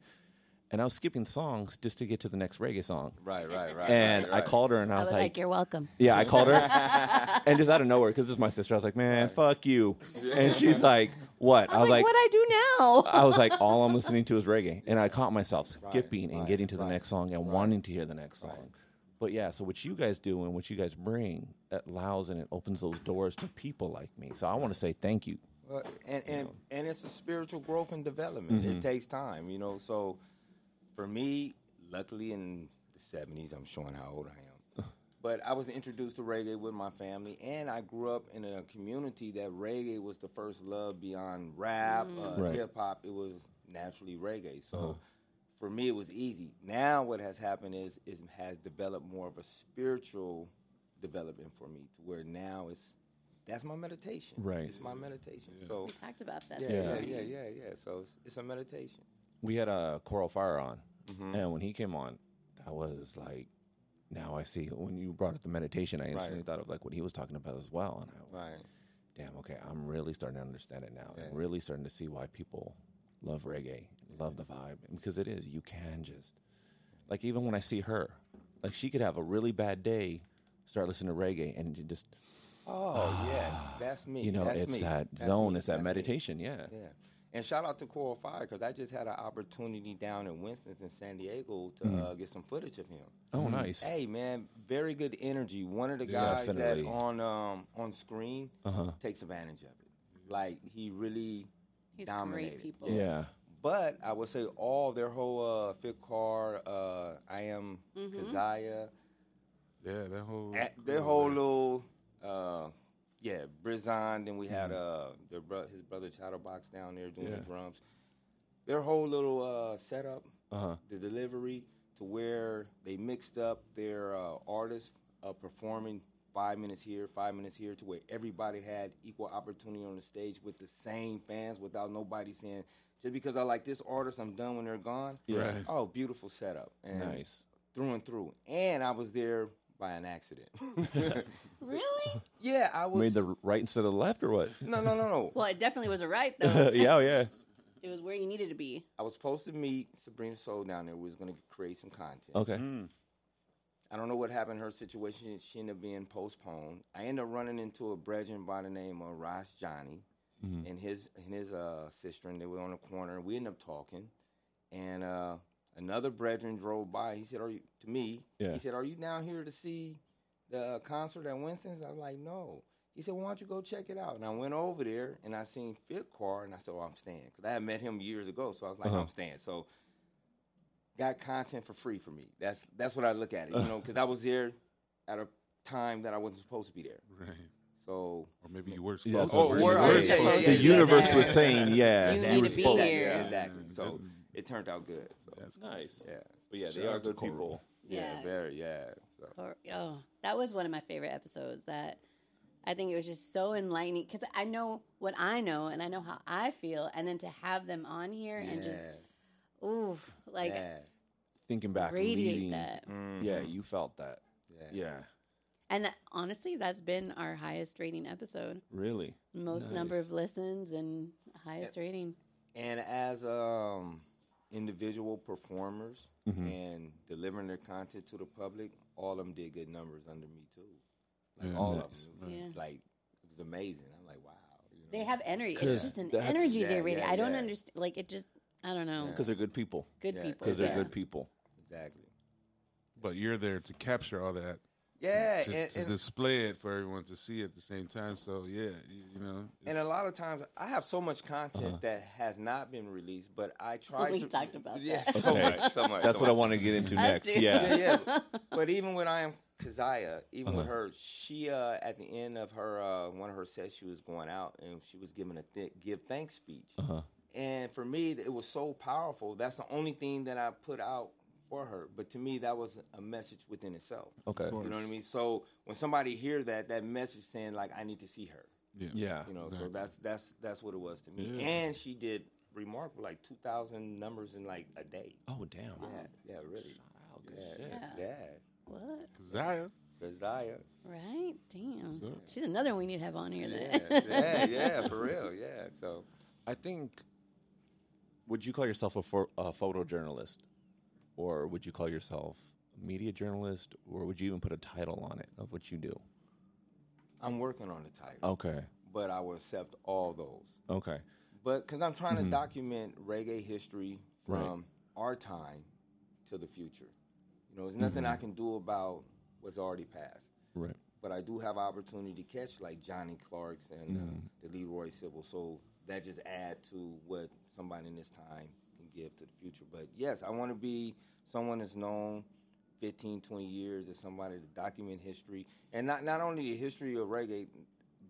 S2: and I was skipping songs just to get to the next reggae song.
S4: Right, right, right.
S2: And
S4: right, right.
S2: I called her and I
S1: I
S2: was,
S1: was like, "You're welcome."
S2: yeah, I called her, and just out of nowhere, because this is my sister. I was like, "Man, fuck you," and she's like, "What?"
S1: I was like, "What I do now?"
S2: I was like, all I'm listening to is reggae, and I caught myself skipping and
S4: right,
S2: getting to the
S4: right,
S2: next song and wanting to hear the next song. But yeah, so what you guys do and what you guys bring it allows and it opens those doors to people like me. So I want to say thank you. Mm-hmm.
S4: Well, Uh, and and, and it's a spiritual growth and development. It takes time, you know. So for me, luckily in the seventies, I'm showing how old I am. But I was introduced to reggae with my family, and I grew up in a community that reggae was the first love beyond rap, uh,
S2: Mm. Right. Uh-huh.
S4: hip hop. It was naturally reggae. So for me, it was easy. Now, what has happened is it has developed more of a spiritual development for me, to where now it's that's my meditation.
S2: Right.
S4: It's my meditation. So
S1: We talked about that.
S4: yeah,
S1: this
S4: yeah,
S1: morning.
S4: yeah, yeah, yeah. So it's, it's a meditation.
S2: We had a Coral Fire on,
S4: Mm-hmm.
S2: and when he came on, I was like, now I see. When you brought up the meditation, I instantly thought of like what he was talking about as well, and I
S4: Right.
S2: damn, okay, I'm really starting to understand it now. I'm really starting to see why people love reggae, love the vibe, because it is. You can just, like, even when I see her, like, she could have a really bad day, start listening to reggae, and you just,
S4: Oh yes, that's me.
S2: you know,
S4: that's
S2: it's
S4: me.
S2: that
S4: That's
S2: zone,
S4: me.
S2: it's that
S4: That's me.
S2: meditation. Yeah.
S4: Yeah. And shout out to Coral Fire because I just had an opportunity down in Winston's in San Diego to
S2: Mm.
S4: uh, get some footage of him.
S2: Oh, nice.
S4: Hey man, very good energy. One of the
S2: Yeah.
S4: guys
S2: Definitely. Uh-huh.
S4: that on um, on screen takes advantage of it. Like he really
S1: He's
S4: dominated.
S1: great people.
S2: Yeah.
S4: But I would say all their whole uh, fit car, uh, I am
S2: Mm-hmm.
S4: Kazaya,
S3: Yeah, that whole
S4: at their whole little uh yeah Brizon. Then we had uh their bro- his brother Chatterbox down there doing the drums. Their whole little uh setup,
S2: Uh-huh.
S4: the delivery to where they mixed up their uh, artists uh, performing five minutes here, five minutes here, to where everybody had equal opportunity on the stage with the same fans without nobody saying. Just because I like this artist, I'm done when they're gone.
S2: Yeah.
S3: Right.
S4: Oh, beautiful setup. And
S2: Nice.
S4: Through and through. And I was there by an accident.
S1: Really?
S4: Yeah, I was.
S2: Made the r- right instead of the left or what?
S4: no, no, no, no.
S1: Well, it definitely was a right though.
S2: yeah, oh, yeah.
S1: it was where you needed to be.
S4: I was supposed to meet Sabrina Soul down there. We was gonna create some content.
S2: Okay.
S3: Mm.
S4: I don't know what happened. to Her situation, she ended up being postponed. I ended up running into a brethren by the name of Ross Johnny
S2: Mm-hmm.
S4: and his and his uh, sister, and they were on the corner. We ended up talking, and uh, another brethren drove by. He said, "Are you to me?"
S2: Yeah.
S4: He said, "Are you down here to see the uh, concert at Winston's?" I'm like, "No." He said, "Why don't you go check it out?" And I went over there, and I seen Fit Car, and I said, "Oh, I'm staying," because I had met him years ago. So I was like,
S2: Uh-huh.
S4: "I'm staying." So got content for free for me. That's that's what I look at it, you know, because I was there at a time that I wasn't supposed to be there.
S3: Right.
S4: So
S3: Or maybe you were
S2: Yeah, so
S3: supposed
S2: it's Oh, we're-
S3: to be. You were
S2: yeah,
S3: supposed
S2: yeah,
S3: to
S2: The
S3: be.
S1: yeah,
S2: universe
S1: yeah.
S2: was saying, yeah.
S1: You
S2: you
S1: need
S2: were
S1: to be
S2: supposed-
S1: here.
S4: Yeah, exactly. So it turned out good. So
S3: That's
S2: Nice.
S4: yeah,
S2: But yeah,
S3: Shout out to Coral.
S4: yeah, very yeah. So
S1: Or, oh, that was one of my favorite episodes. That I think it was just so enlightening because I know what I know and I know how I feel, and then to have them on here and just ooh, like
S4: yeah, Mm-hmm.
S2: Thinking back,
S1: radiate
S2: leading.
S1: that.
S2: Yeah, you felt that.
S4: yeah.
S2: Yeah.
S1: And that, honestly, that's been our highest rating episode,
S2: Really?
S1: most number
S2: Nice.
S1: of listens and highest rating.
S4: And as um, individual performers and delivering their content to the public, all of them did good numbers under me too. Like
S3: Yeah.
S4: all
S2: Nice.
S4: of them,
S1: Yeah.
S4: like it was amazing. I'm like, wow. You know?
S1: They have energy.
S2: Because
S1: It's just an
S2: that's-
S1: energy
S4: Yeah,
S1: they radiate.
S4: yeah,
S1: I don't
S4: yeah.
S1: understand. Like it just, I don't know.
S2: Because they're good people.
S1: Good
S4: Yeah,
S1: people.
S2: Because
S1: yeah.
S2: they're good people.
S4: exactly.
S3: But you're there to capture all that,
S4: Yeah,
S3: to,
S4: and,
S3: to
S4: and,
S3: display it for everyone to see at the same time. So yeah, you, you know.
S4: and
S3: it's-
S4: a lot of times I have so much content that has not been released, but I try
S1: We
S4: to.
S1: talked about
S4: yeah,
S1: that.
S4: so
S2: Okay.
S4: much, so much.
S2: That's
S4: so
S2: what I
S4: much.
S2: want to get
S1: Us
S2: into next.
S1: too.
S2: Yeah.
S4: Yeah, yeah. but even when I am Keziah, even with
S2: Uh-huh.
S4: her, she uh, at the end of her uh, one of her sets, she was going out and she was giving a th- give thanks speech.
S2: Uh
S3: Uh-huh.
S2: huh.
S4: And for me, it was so powerful. That's the only thing that I put out for her. But to me, that was a message within itself.
S2: Okay.
S3: Cool.
S4: You know what I
S3: course.
S4: mean? So when somebody hear that, that message saying like, I need to see her.
S3: Yes.
S2: Yeah.
S4: You know,
S3: Ah, Exactly.
S4: so that's that's that's what it was to me.
S3: Yeah.
S4: And she did remarkable, like two thousand numbers in like a day.
S2: Oh damn.
S4: Yeah, yeah, really. Yeah,
S1: shit.
S4: yeah.
S1: What?
S3: Keziah.
S4: Keziah.
S1: Right? Damn.
S3: So-
S1: She's another one we need to have on here
S4: Yeah,
S1: then.
S4: yeah, yeah, for real. Yeah. So
S2: I think. Would you call yourself a, pho- a photojournalist, or would you call yourself a media journalist, or would you even put a title on it of what you do?
S4: I'm working on the title,
S2: Okay.
S4: but I will accept all those.
S2: Okay.
S4: But because I'm trying to document reggae history from
S2: Right.
S4: our time to the future. You know, there's nothing I can do about what's already passed.
S2: Right.
S4: But I do have opportunity to catch like Johnny Clark's and
S2: Mm-hmm.
S4: uh, the Leroy Sybil. So that just add to what somebody in this time can give to the future. But yes, I want to be someone that's known 15, 20 years as somebody to document history. And not, not only the history of reggae,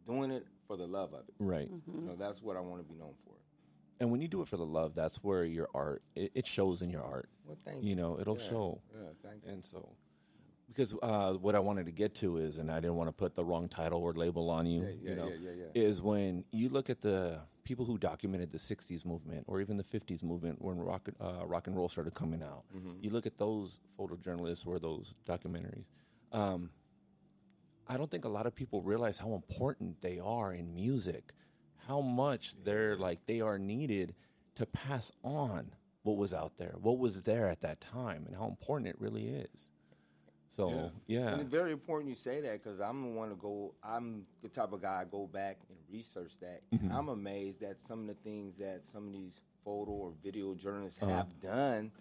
S4: doing it for the love of it.
S2: Right.
S1: Mm-hmm.
S4: You know, that's what I want to be known for.
S2: And when you do it for the love, that's where your art it, it shows in your art.
S4: Well, thank
S2: You know, it'll
S4: Yeah,
S2: show.
S4: Yeah, thank you.
S2: And so, because uh, what I wanted to get to is, and I didn't want to put the wrong title or label on you,
S4: yeah,
S2: you know,
S4: yeah, yeah,
S2: is when you look at the people who documented the '60s movement or even the '50s movement when rock uh, rock and roll started coming out.
S4: Mm-hmm.
S2: You look at those photojournalists or those documentaries. Um, I don't think a lot of people realize how important they are in music, how much they're like they are needed to pass on what was out there, what was there at that time, and how important it really is. So yeah,
S4: And it's very important you say that because I'm the one to go. I'm the type of guy I go back and research that.
S2: Mm-hmm.
S4: And I'm amazed at some of the things that some of these photo or video journalists
S2: Uh-huh.
S4: have done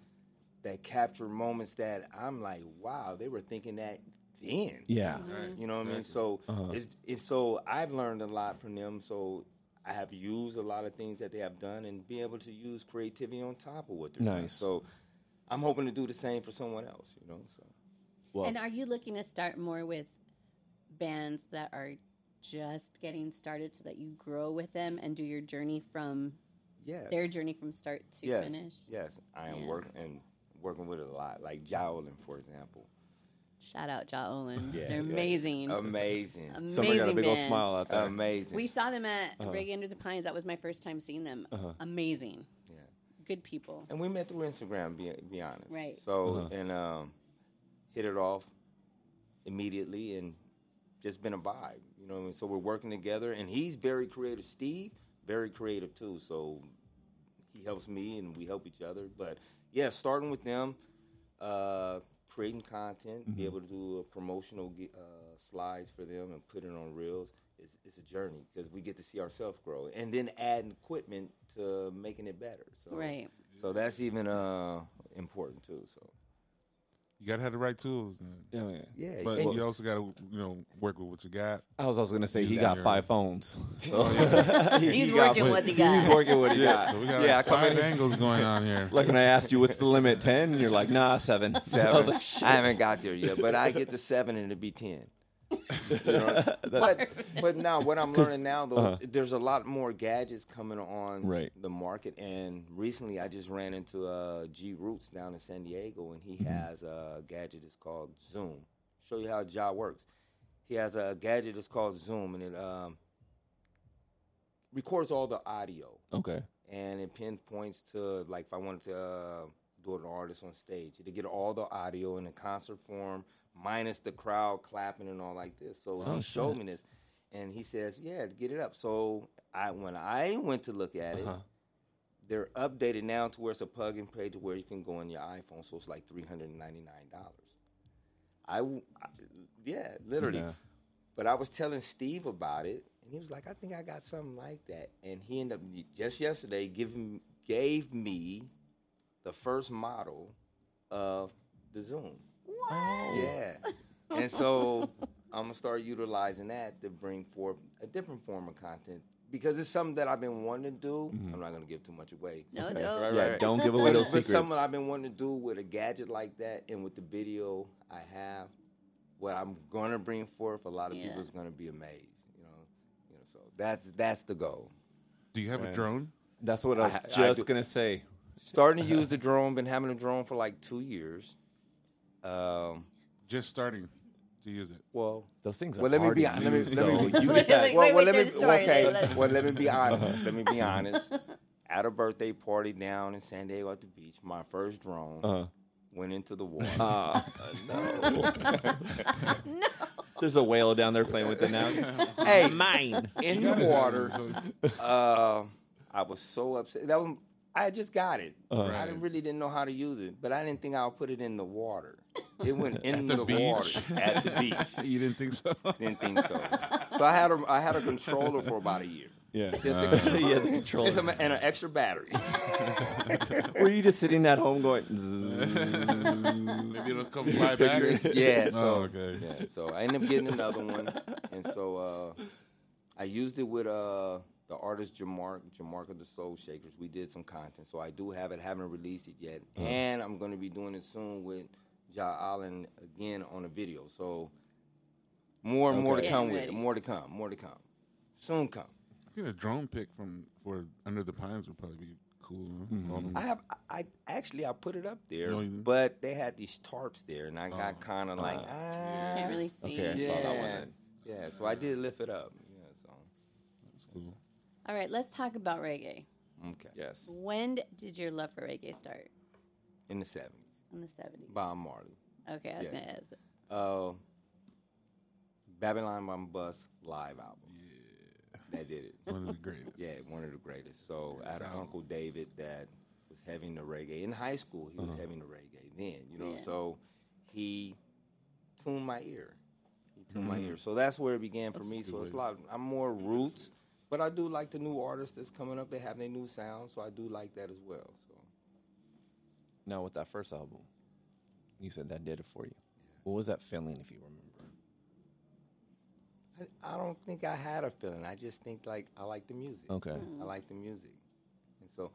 S4: that capture moments that I'm like, wow, they were thinking that then.
S2: yeah, Uh-huh.
S3: Right.
S4: Mm-hmm. You know what I mean? So it's, it's so I've learned a lot from them. So I have used a lot of things that they have done and be able to use creativity on top of what they're doing.
S2: Nice.
S4: So I'm hoping to do the same for someone else. You know, so
S2: Well,
S1: And are you looking to start more with bands that are just getting started so that you grow with them and do your journey from
S4: yes,
S1: their journey from start to
S4: yes,
S1: finish?
S4: yes. I am
S1: Yeah.
S4: working and working with it a lot, like Jowlin, for example.
S1: Shout out Ja Olin.
S4: Yeah,
S1: They're
S4: yeah.
S1: amazing.
S4: Amazing, amazing.
S2: Um, somebody got a
S1: Amazing
S2: big old
S1: band.
S2: smile Uh-huh. out there.
S1: We saw them at Reggae Under the Pines. That was my first time seeing them.
S2: Uh-huh.
S1: Amazing.
S4: yeah.
S1: Good people.
S4: And we met through Instagram, be, be honest.
S1: Right.
S4: So, and um, hit it off immediately and just been a vibe. You know what I mean? So we're working together, and he's very creative. Steve, very creative too. So he helps me, and we help each other. But yeah, starting with them, uh, creating content, be able to do a promotional gi- uh, slides for them and put it on reels. It's, it's a journey because we get to see ourselves grow, and then adding equipment to making it better. So,
S1: Right.
S4: So that's even uh, important too. So
S3: You gotta have the right tools. Man.
S2: Oh, yeah.
S4: yeah,
S3: But
S4: and-
S3: you also gotta you know work with what you got.
S2: I was also gonna say he
S3: Yeah.
S2: got five phones. So he
S1: He's
S2: got-
S1: working with the
S2: He's
S1: guy.
S2: working with a guy.
S3: So we got
S4: Yeah, I
S3: like
S4: come
S3: five
S4: in-
S3: angles going on here.
S2: Like when I asked you what's the limit, ten, and you're like, nah, seven. I was
S4: seven.
S2: like, shit.
S4: I haven't got there yet, but I get to seven and it'd be ten. You know? but but now what I'm learning now though, there's a lot more gadgets coming on
S2: uh-huh. Right.
S4: the market, and recently I just ran into uh, G Roots down in San Diego, and
S2: Mm-hmm.
S4: he has a gadget that's called Zoom. Show you how Ja works. He has a gadget that's called Zoom, and it um, records all the audio
S2: Okay.
S4: and it pinpoints to like if I wanted to uh, do an artist on stage, it'd get all the audio in the concert form, minus the crowd clapping and all like this. So he showed me this, and he says, "Yeah, get it up." So I when I went to look at
S2: Uh-huh.
S4: it. They're updated now to where it's a plug and play to where you can go on your iPhone, so it's like three hundred and ninety nine dollars. I, w- I- yeah, literally.
S2: Yeah.
S4: But I was telling Steve about it, and he was like, "I think I got something like that." And he ended up just yesterday giving gave me the first model of the Zoom.
S1: What?
S4: Yeah, and so I'm gonna start utilizing that to bring forth a different form of content because it's something that I've been wanting to do. I'm not gonna give too much away.
S1: No, no.
S4: Right,
S2: Mm-hmm. Yeah,
S4: right.
S2: don't give away
S4: But
S2: those
S4: it's just
S2: secrets.
S4: something I've been wanting to do with a gadget like that and with the video I have what I'm gonna bring forth, a lot of
S1: Yeah.
S4: people is gonna be amazed. You know, you know. So that's that's the goal.
S3: Do you have a drone?
S2: That's what I was
S4: I- I
S2: just
S4: do-
S2: gonna say.
S4: Starting to use the drone. Been having a drone for like two years. Um,
S3: Just starting to use it.
S4: well,
S2: Those things are
S4: Well, let me
S2: hard
S4: be
S2: to
S4: honest. Let me,
S2: use,
S4: let me,
S2: though. You-
S1: Wait, wait,
S4: well, well,
S1: wait,
S4: let me,
S1: there's a story
S4: okay.
S1: there. Let-
S4: well, let me be
S3: Uh-huh.
S4: honest. Let me be honest. At a birthday party down in San Diego at the beach, my first drone
S3: Uh-huh.
S4: went into the water.
S2: uh, There's a whale down there playing with it now.
S4: hey,
S2: Mine.
S4: in
S3: You
S4: the
S3: gotta
S4: water.
S3: have it, so-
S4: Uh, I was so upset. That was I just got it. I
S3: Uh-huh. Right.
S4: didn't, really didn't know how to use it, but I didn't think I'll put it in the water. It went in
S3: the
S4: the,
S3: beach?
S4: water at the beach.
S3: you didn't think so?
S4: Didn't think so. So I had a I had a controller for about a year.
S2: Yeah.
S4: Just a controller.
S2: Uh, yeah, the
S4: Just a,
S2: controller.
S4: ma- and an extra battery.
S2: Were you just sitting at home going? "Zzz."
S3: Maybe it'll come fly back.
S4: yeah. So
S3: Oh, okay.
S4: yeah. So I ended up getting another one, and so uh, I used it with uh, the artist Jamark, Jamark of the Soul Shakers. We did some content, so I do have it. Haven't released it yet,
S2: Oh.
S4: and I'm going to be doing it soon with Ja Allen again on a video. So more and more to
S2: Okay.
S4: come
S1: Getting
S4: with it.
S1: ready.
S4: More to come. More to come. Soon come.
S3: I think a drone pic from for Under the Pines would probably be cool. huh?
S2: Mm-hmm.
S3: All them-
S4: I have I I- actually I put it up there,
S3: No, you didn't.
S4: but they had these tarps there, and I got kind of like ah,
S1: Can't really see.
S2: Okay, I saw that one. Then.
S4: Yeah, so I did lift it up. Yeah, so
S3: That's cool.
S1: All right, let's talk about reggae.
S4: okay.
S2: Yes.
S1: When did your love for reggae start?
S4: In the seventies,
S1: In the 70s.
S4: Bob Marley,
S1: Okay, I was
S4: Yeah.
S1: going to ask.
S4: uh, Babylon by Bus live album. Yeah, that did it.
S3: One of the greatest.
S4: Yeah, one of the greatest. So I had an Uncle David that was having the reggae in high school. He was having the reggae then, you know.
S1: Yeah.
S4: So he tuned my ear. He tuned my ear. So Mm-hmm. that's where it began for me. So it's a lot. I'm more roots, but I do like the new artists that's coming up. They have their new sound, so I do like that as well. So
S2: Now with that first album, you said that did it for you. What was that feeling, if you remember?
S4: I, I don't think I had a feeling. I just think like I like the music.
S2: Okay.
S4: I like the music, and so,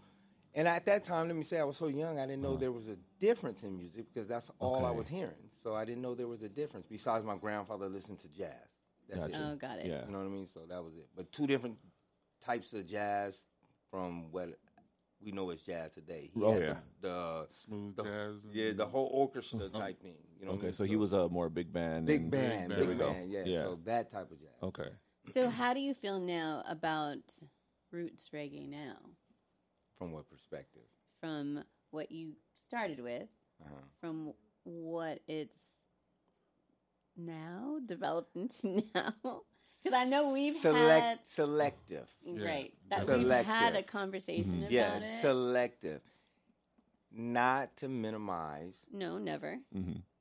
S4: and at that time, let me say, I was so young, I didn't know there was a difference in music because that's all I
S2: Uh-huh. Okay.
S4: was hearing. So I didn't know there was a difference. Besides, my grandfather listened to jazz. That's
S2: Gotcha.
S4: it.
S1: Oh, got it.
S2: Yeah.
S4: You know what I mean? So that was it. But two different types of jazz from what we know as jazz today. He
S2: Oh,
S4: had
S2: yeah. Uh-huh.
S4: The,
S3: Smooth
S4: the-
S3: jazz. and-
S4: yeah, the whole orchestra type thing. You know what I
S2: Okay,
S4: mean?
S2: so he was a more big band.
S4: big
S2: and-
S4: band,
S3: band.
S4: big,
S3: There we go.
S4: band. Yeah,
S2: Yeah.
S4: So that type of jazz.
S2: Okay.
S1: So, how do you feel now about roots reggae now
S4: From what perspective?
S1: from what you started with,
S4: Uh-huh.
S1: from what it's now developed into now? Because I know we've
S4: Select,
S1: had
S4: selective.
S1: right that we've
S4: Selective.
S1: had a conversation
S3: Mm-hmm.
S1: about
S4: Yeah,
S1: it.
S4: selective. Not to minimize
S1: no, never.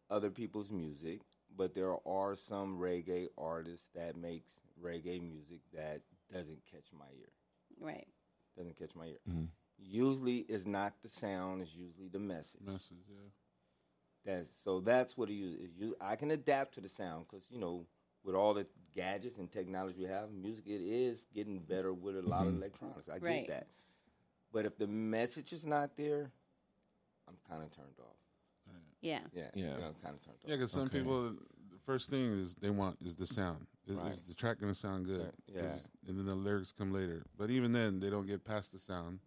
S4: other people's music, but there are some reggae artists that makes reggae music that doesn't catch my ear.
S1: Right.
S4: Doesn't catch my ear. Usually, it's not the sound; it's usually the message.
S3: Message, yeah.
S4: That's, so that's what it is. It u- I can adapt to the sound because you know, with all the gadgets and technology we have, music it is getting better with a lot of electronics. I
S1: Mm-hmm. Right.
S4: get that, but if the message is not there, I'm kind of turned off.
S1: Yeah.
S4: Yeah,
S2: Yeah.
S4: you know, kind of turned off.
S3: Yeah, because some people, the first thing is they want is the sound. Is,
S4: Right.
S3: is the track going to sound good?
S4: Right, yeah.
S3: Is- and then the lyrics come later. But even then, they don't get past the sound.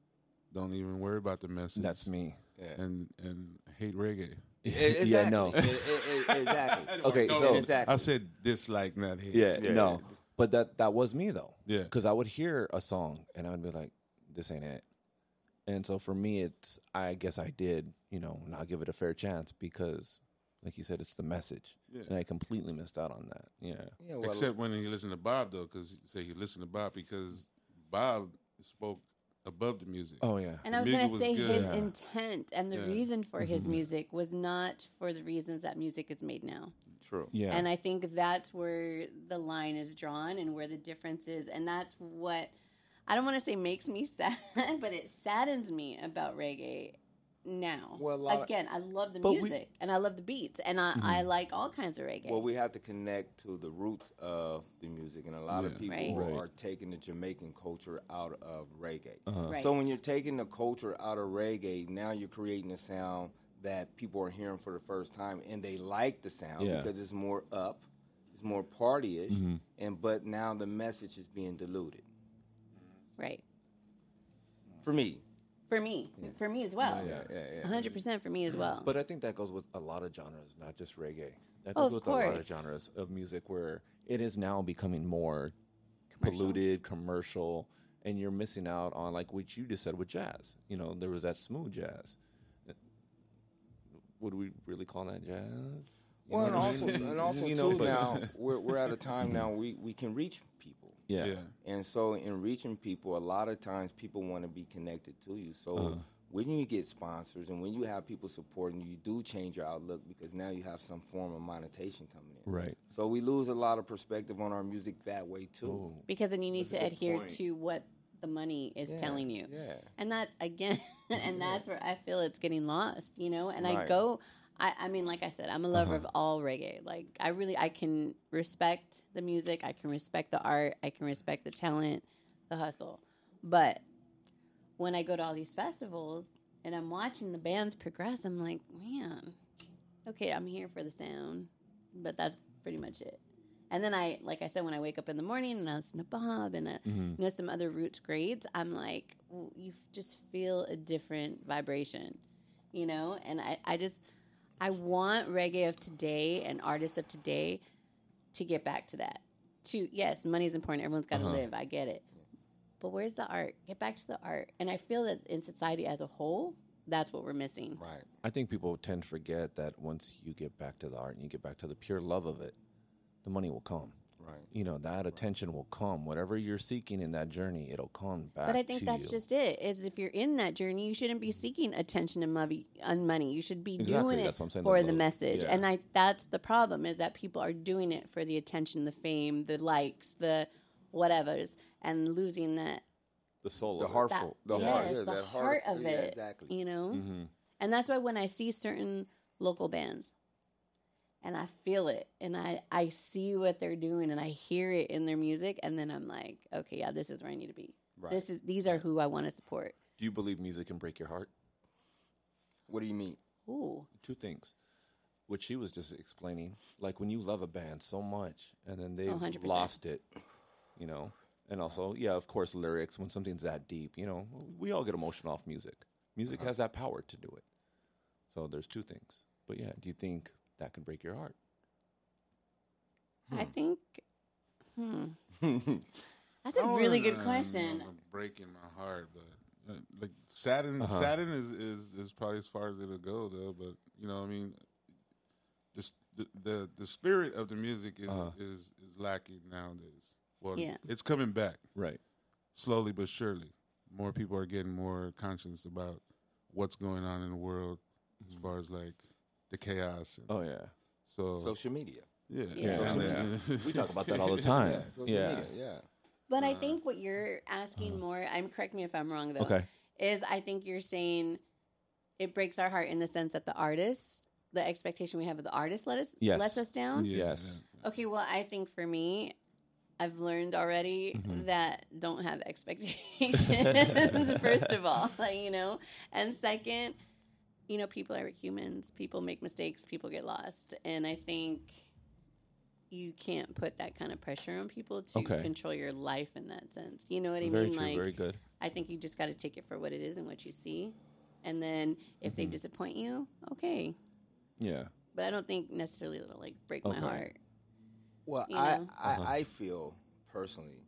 S3: Don't even worry about the message.
S2: That's me.
S4: Yeah.
S3: And and hate reggae.
S4: E-
S2: Yeah, no.
S4: exactly. E- e- e- exactly.
S2: Okay, so
S4: exactly.
S3: I said dislike, not hate.
S2: yeah,
S4: Yeah.
S2: no. But that that was me though.
S3: Yeah.
S2: Because I would hear a song and I would be like, "This ain't it." And so for me, it's I guess I did you know not give it a fair chance because, like you said, it's the message,
S3: Yeah.
S2: and I completely missed out on that. Yeah.
S4: Yeah, well,
S3: Except when he listened to Bob though, because say he listened to Bob because Bob spoke above the music.
S2: Oh yeah.
S1: And
S3: The
S1: I was going
S3: music
S1: to
S3: was
S1: say
S3: good.
S1: his
S3: Yeah.
S1: intent and the
S3: Yeah. Mm-hmm.
S1: reason for his music was not for the reasons that music is made now.
S4: true.
S2: yeah.
S1: And I think that's where the line is drawn and where the difference is. And that's what I don't want to say makes me sad, but it saddens me about reggae now.
S4: Well, a lot-
S1: Again, I love the
S2: But we- Mm-hmm.
S1: music and I love the beats and I, I like all kinds of reggae.
S4: Well, we have to connect to the roots of the music, and a lot of people
S1: Right.
S2: Right.
S4: are taking the Jamaican culture out of reggae.
S1: Right.
S4: So when you're taking the culture out of reggae, now you're creating a sound that people are hearing for the first time and they like the sound
S2: Yeah. Mm-hmm.
S4: because it's more up, it's more partyish, and but now the message is being diluted.
S1: Right.
S4: For me,
S1: For me. For me as well.
S2: Yeah.
S4: yeah, yeah.
S1: 100% for me as well.
S2: But I think that goes with a lot of genres, not just reggae. That
S1: Oh,
S2: goes
S1: of
S2: with a lot
S1: course.
S2: of genres of music where it is now becoming more
S1: Commercial.
S2: polluted, commercial, and you're missing out on like what you just said with jazz. You know, there was that smooth jazz. Would we really call that jazz? You
S4: Well,
S2: know
S4: and
S2: what I
S4: also,
S2: mean?
S4: and also
S2: You know,
S4: too.
S2: but-
S4: Now we're we're at a time now we we can reach people,
S2: yeah,
S3: Yeah.
S4: and so in reaching people, a lot of times people want to be connected to you. So
S2: Uh-huh.
S4: when you get sponsors and when you have people supporting you, you do change your outlook because now you have some form of monetization coming in.
S2: right.
S4: So we lose a lot of perspective on our music that way
S2: Oh.
S4: too.
S1: because then you need
S2: a
S1: to
S2: good
S1: adhere
S2: point.
S1: to what the money is
S4: Yeah,
S1: telling you.
S4: yeah.
S1: And that's again, and that's where I feel it's getting lost, you know? And I
S4: Right.
S1: go, I, I mean, like I said, I'm a lover of all reggae. Like, I really, I can respect the music, I can respect the art, I can respect the talent, the hustle. But when I go to all these festivals and I'm watching the bands progress, I'm like, man, okay, I'm here for the sound, but that's pretty much it. And then I, like I said, when I wake up in the morning and I listen to Bob and I, you know some other roots grades, I'm like, w you f- just feel a different vibration, you know. And I, I just, I want reggae of today and artists of today to get back to that. To yes, money's important. Everyone's got to live. I get it. But where's the art? Get back to the art. And I feel that in society as a whole, that's what we're missing.
S4: Right.
S2: I think people tend to forget that once you get back to the art and you get back to the pure love of it, the money will come.
S4: Right.
S2: You know, that attention will come. Whatever you're seeking in that journey, it'll come back.
S1: But I think
S2: to
S1: that's
S2: you. Mm-hmm.
S1: just it. Is if you're in that journey, you shouldn't be seeking attention and money. And money, you should be
S2: Exactly,
S1: doing it
S2: that's what I'm saying, the
S1: for the
S2: load.
S1: message.
S2: Yeah.
S1: And I that's the problem is that people are doing it for the attention, the fame, the likes, the whatever's, and losing that.
S2: the soul.
S4: The
S2: of it.
S1: that
S4: heartful, the
S1: yes,
S4: heart, Mm-hmm. yeah,
S1: the
S4: that
S1: heart of
S4: yeah,
S1: it.
S4: Exactly.
S1: You know, and that's why when I see certain local bands. And I feel it, and I, I see what they're doing, and I hear it in their music, and then I'm like, okay, yeah, this is where I need to be.
S4: Right.
S1: This is these are who I want to support.
S2: Do you believe music can break your heart?
S4: What do you mean?
S1: Ooh,
S2: Two things. What she was just explaining, like when you love a band so much and then they've
S1: 100%.
S2: lost it, you know. And also, yeah, of course, lyrics. When something's that deep, you know, we all get emotional off music. Music has that power to do it. So there's two things. But yeah, do you think that can break your heart?
S1: I think. Hmm. That's a really good question.
S3: I'm breaking my heart, but uh, like sadden,
S2: Uh-huh.
S3: sadden is, is is probably as far as it'll go though. But you know, I mean, this, the the the spirit of the music is
S2: Uh-huh.
S3: is is lacking nowadays. Well,
S1: Yeah.
S3: it's coming back
S2: Right.
S3: slowly but surely. More people are getting more conscious about what's going on in the world as far as like the chaos. And
S2: Oh yeah.
S3: so,
S4: Social media.
S3: yeah,
S1: Yeah.
S3: and
S2: Yeah.
S3: then-
S2: We talk about that all the time.
S4: social
S2: yeah.
S4: media. Yeah.
S1: But
S4: Uh,
S1: I think what you're
S4: uh-huh.
S1: asking more, I'm correct me if I'm wrong though,
S2: Okay.
S1: is I think you're saying it breaks our heart in the sense that the artist, the expectation we have of the artist let us
S2: Yes. Mm-hmm.
S1: lets us down.
S3: Yeah,
S2: Yes.
S1: Okay, well, I think for me, I've learned already
S2: Mm-hmm.
S1: that don't have expectations, first of all, like, you know, and second, you know, people are humans, people make mistakes, people get lost. And I think you can't put that kind of pressure on people to
S2: Okay.
S1: control your life in that sense. You know what I
S2: Very
S1: mean?
S2: true.
S1: like,
S2: very good.
S1: I think you just got to take it for what it is and what you see. And then if they disappoint you, okay.
S2: Yeah.
S1: But I don't think necessarily it'll like break my
S2: Okay.
S1: heart.
S4: Well,
S1: You
S4: I,
S1: know?
S4: I, I feel personally,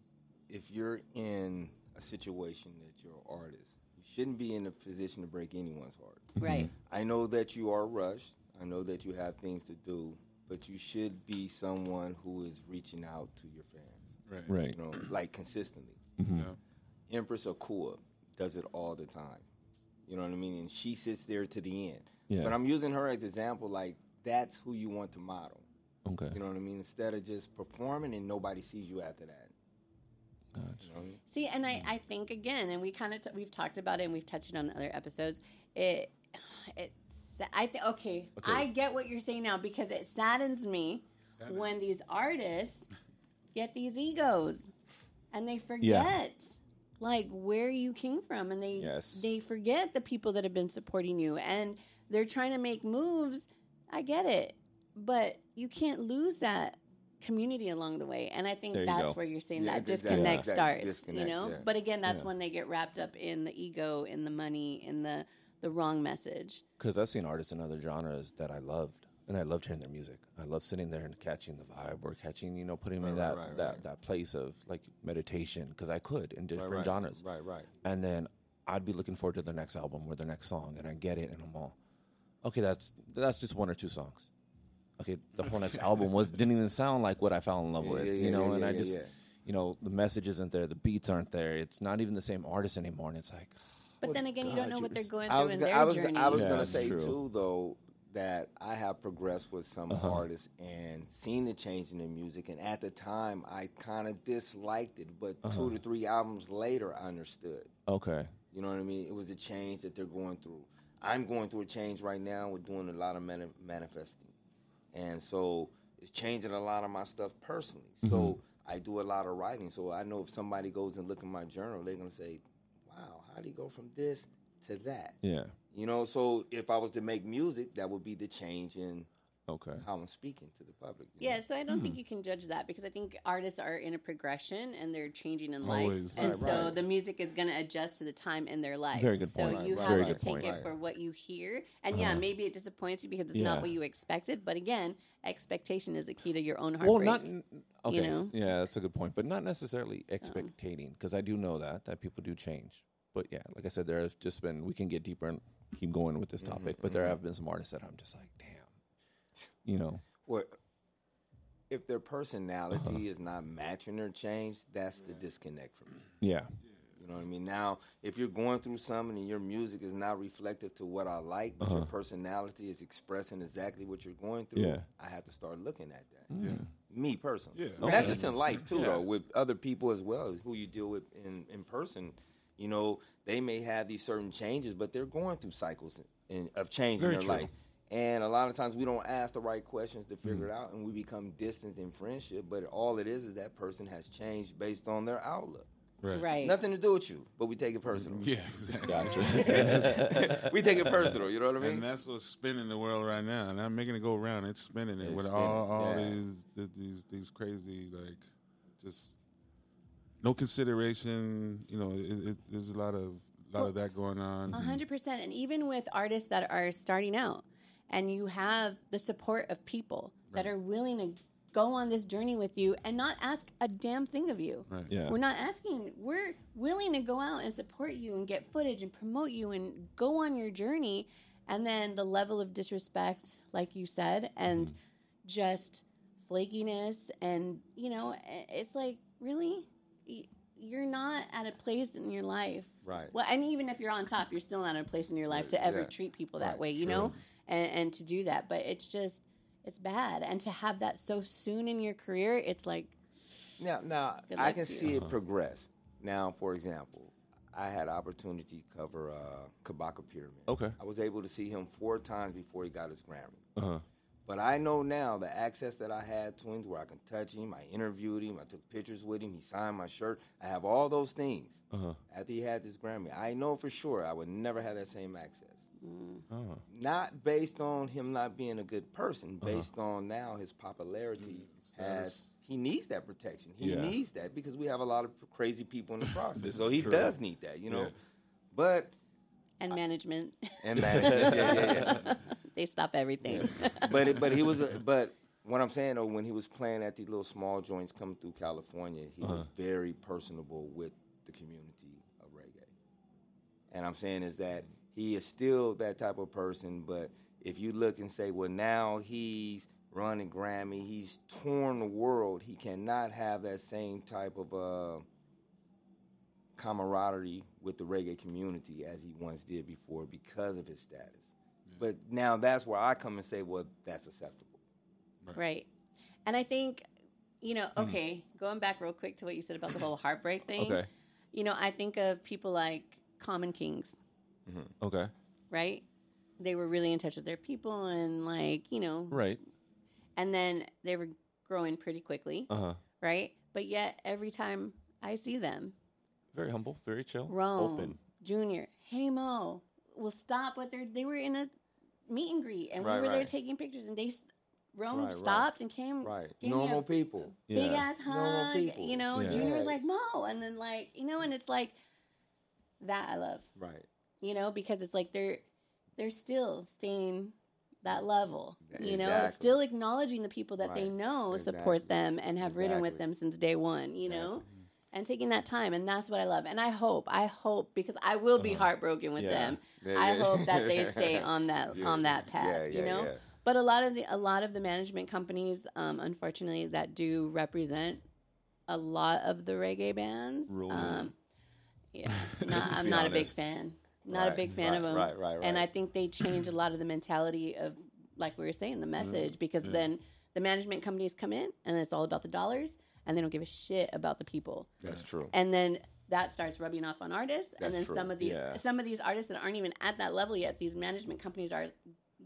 S4: if you're in a situation that you're an artist, you shouldn't be in a position to break anyone's heart.
S1: Right.
S4: I know that you are rushed. I know that you have things to do, but you should be someone who is reaching out to your fans,
S3: right.
S2: Right.
S4: you know, like consistently.
S3: Yeah.
S4: Empress Akua does it all the time. You know what I mean? And she sits there to the end.
S2: Yeah.
S4: But I'm using her as an example. Like that's who you want to model.
S2: Okay.
S4: You know what I mean? Instead of just performing and nobody sees you after that.
S2: Gotcha.
S4: You know what I mean?
S1: See, and I, I think again, and we kind of t- we've talked about it, and we've touched it on other episodes. It, it's I think okay, I get what you're saying now because it saddens me when these artists get these egos, and they forget like where you came from, and they
S2: Yes.
S1: they forget the people that have been supporting you, and they're trying to make moves. I get it, but you can't lose that community along the way. And I think
S2: There you
S1: that's
S2: go.
S1: where you're saying
S4: Yeah,
S1: that
S4: exactly.
S1: disconnect
S4: Yeah.
S1: starts,
S4: Disconnect,
S1: you know?
S4: yeah.
S1: But again, that's
S2: Yeah.
S1: when they get wrapped up in the ego, in the money, in the the wrong message.
S2: because I've seen artists in other genres that I loved, and I loved hearing their music. I loved sitting there and catching the vibe, or catching you know putting me in
S4: Right,
S2: that
S4: right, right,
S2: that
S4: right.
S2: that place of like meditation because I could in different
S4: right,
S2: genres,
S4: Right, right.
S2: and then I'd be looking forward to their next album or their next song, and I get it, and I'm all, okay, that's that's just one or two songs. Okay, the whole next album was didn't even sound like what I fell in love
S4: Yeah,
S2: with,
S4: yeah, yeah,
S2: you know,
S4: yeah,
S2: and
S4: yeah,
S2: I
S4: yeah,
S2: just,
S4: yeah.
S2: you know, the message isn't there, the beats aren't there, it's not even the same artist anymore, and it's like,
S1: But
S2: Well,
S1: then again, you don't
S2: God,
S1: know
S2: you
S1: what
S2: were
S1: they're
S2: s-
S1: going
S4: I
S1: through
S4: was,
S1: in
S4: go-
S1: their
S4: I was, go-
S1: journey.
S4: I was
S2: Yeah,
S4: gonna
S2: it's
S4: say
S2: true.
S4: too though that I have progressed with some
S2: Uh-huh.
S4: artists and seen the change in their music, and at the time I kind of disliked it, but
S2: Uh-huh.
S4: two to three albums later I understood.
S2: okay,
S4: You know what I mean? It was a change that they're going through. I'm going through a change right now with doing a lot of mani- manifesting. And so it's changing a lot of my stuff personally. So I do a lot of writing. So I know if somebody goes and look in my journal, they're going to say, wow, how do you go from this to that?
S2: yeah,
S4: You know, so if I was to make music, that would be the change in
S2: okay,
S4: how I'm speaking to the public. you know?
S1: Yeah, so I don't
S2: Hmm.
S1: think you can judge that because I think artists are in a progression and they're changing in
S3: Always.
S1: life. And
S4: Right,
S1: so
S4: right.
S1: the music is going to adjust to the time in their life.
S2: Very good
S1: so
S2: point. Uh-huh.
S1: you
S4: Right,
S1: have
S4: right,
S1: to
S4: right.
S1: take it
S4: Right.
S1: for what you hear. And yeah, maybe it disappoints you because it's
S2: Yeah.
S1: not what you expected. But again, expectation is the key to your own heartbreak.
S2: Well, not n- okay.
S1: know?
S2: Yeah, that's a good point, but not necessarily expectating because I do know that that people do change. But yeah, like I said, there has just been we can get deeper and keep going with this topic, but
S1: Mm-hmm.
S2: there have been some artists that I'm just like, damn, you know,
S4: Well, if their personality is not matching their change, that's the disconnect for me.
S2: yeah,
S4: You know what I mean? Now, if you're going through something and your music is not reflective to what I like, but your personality is expressing exactly what you're going through,
S2: Uh-huh. Yeah. Mm-hmm.
S4: I have to start looking at that.
S3: Yeah.
S4: Me personally.
S3: Yeah.
S4: That's just in life too,
S2: Yeah.
S4: though, with other people as well, who you deal with in, in person. You know, they may have these certain changes, but they're going through cycles in, of change
S2: Very
S4: in their
S2: true.
S4: life. And a lot of times we don't ask the right questions to figure it
S2: Mm-hmm.
S4: out, and we become distant in friendship. But all it is is that person has changed based on their outlook.
S1: right.
S4: Nothing to do with you, but we take it personal.
S3: Yeah, exactly.
S4: we take it personal. You know what I
S3: And
S4: mean?
S3: that's what's spinning the world right now, and I'm making it go round. It's spinning it
S4: It's
S3: with
S4: spinning,
S3: all all
S4: yeah.
S3: these th- these these crazy like just no consideration. You know, it, it, there's a lot of lot of that going on.
S2: Hmm.
S1: A hundred percent. And even with artists that are starting out, and you have the support of people that are willing to go on this journey with you and not ask a damn thing of you.
S3: Right.
S2: yeah,
S1: We're not asking. We're willing to go out and support you and get footage and promote you and go on your journey. And then the level of disrespect, like you said, and
S4: Mm-hmm.
S1: just flakiness, and you know, i- it's like really, Y- you're not at a place in your life.
S4: Right.
S1: Well, and even if you're on top, you're still not at a place in your life to ever
S4: yeah.
S1: treat people that
S4: Right,
S1: way, you
S4: true.
S1: know, and, and to do that. But it's just, it's bad. And to have that so soon in your career, it's like,
S4: Now, now
S1: Good
S4: I
S1: luck
S4: can
S1: to you.
S4: see it progress. Now, for example, I had opportunity to cover uh, Kabaka Pyramid.
S2: Okay.
S4: I was able to see him four times before he got his Grammy.
S2: uh-huh.
S4: But I know now the access that I had to him, where I can touch him, I interviewed him, I took pictures with him, he signed my shirt. I have all those things.
S2: uh-huh,
S4: After he had this Grammy, I know for sure I would never have that same access.
S2: uh-huh.
S4: Not based on him not being a good person, based on now his popularity has. He needs that protection. He
S2: Yeah.
S4: needs that because we have a lot of crazy people in the process. so he
S3: true.
S4: does need that, you know.
S3: Yeah.
S4: But
S1: and management.
S4: and management, yeah, yeah, yeah.
S1: they stop everything.
S4: but it, but he was a, but what I'm saying though, when he was playing at these little small joints coming through California, he was very personable with the community of reggae. And I'm saying is that he is still that type of person, but if you look and say, well, now he's running Grammy, he's torn the world. He cannot have that same type of uh, camaraderie with the reggae community as he once did before because of his status. But now that's where I come and say, well, that's acceptable.
S1: right. And I think, you
S4: Hmm.
S1: know, okay, going back real quick to what you said about the whole heartbreak thing.
S2: Okay.
S1: You know, I think of people like Common Kings,
S2: okay,
S1: right? They were really in touch with their people and like, you know,
S2: right,
S1: and then they were growing pretty quickly,
S2: uh huh,
S1: right? But yet every time I see them,
S2: very humble, very chill,
S1: Rome,
S2: open,
S1: Junior, hey Mo, will stop what they're they were in a meet and greet, and
S4: Right,
S1: we were there
S4: right.
S1: taking pictures, and they s- Rome
S4: Right, right.
S1: stopped and came.
S4: Right.
S1: gave me
S4: Normal
S1: a
S4: people.
S1: Big
S2: Yeah.
S1: ass
S4: Normal
S1: hug,
S4: people.
S1: you know.
S2: Yeah.
S1: Junior was
S4: Yeah.
S1: like Mo, and then like you know, and it's like that I love,
S4: Right.
S1: you know, because it's like they're they're still staying that level, you know,
S4: Exactly.
S1: still acknowledging the people that they
S4: Right.
S1: know support
S4: Exactly.
S1: them and have ridden with
S4: Exactly.
S1: them since day one, you know,
S4: Exactly.
S1: and taking that time, and that's what I love, and I hope, I hope because I will be
S2: Uh-huh.
S1: heartbroken with
S2: Yeah.
S1: them.
S4: Yeah,
S1: I
S4: yeah.
S1: hope that they stay on that
S4: Yeah.
S1: on that
S4: Yeah,
S1: path, you
S4: yeah,
S1: know.
S4: yeah.
S1: But a lot of the a lot of the management companies, um, unfortunately, that do represent a lot of the reggae bands.
S2: Rule.
S1: Um, yeah,
S2: Let's
S1: not,
S2: just
S1: I'm
S2: be
S1: not a big
S2: honest.
S1: fan. Not a
S4: Right,
S1: big fan
S4: right,
S1: of them.
S4: Right, right, right.
S1: And I think they change a lot of the mentality of, like we were saying, the message because
S3: yeah.
S1: then the management companies come in and it's all about the dollars and they don't give a shit about the people.
S4: that's true.
S1: And then that starts rubbing off on artists
S4: That's
S1: and then
S4: true.
S1: some of the
S2: Yeah.
S1: some of these artists that aren't even at that level yet, these management companies are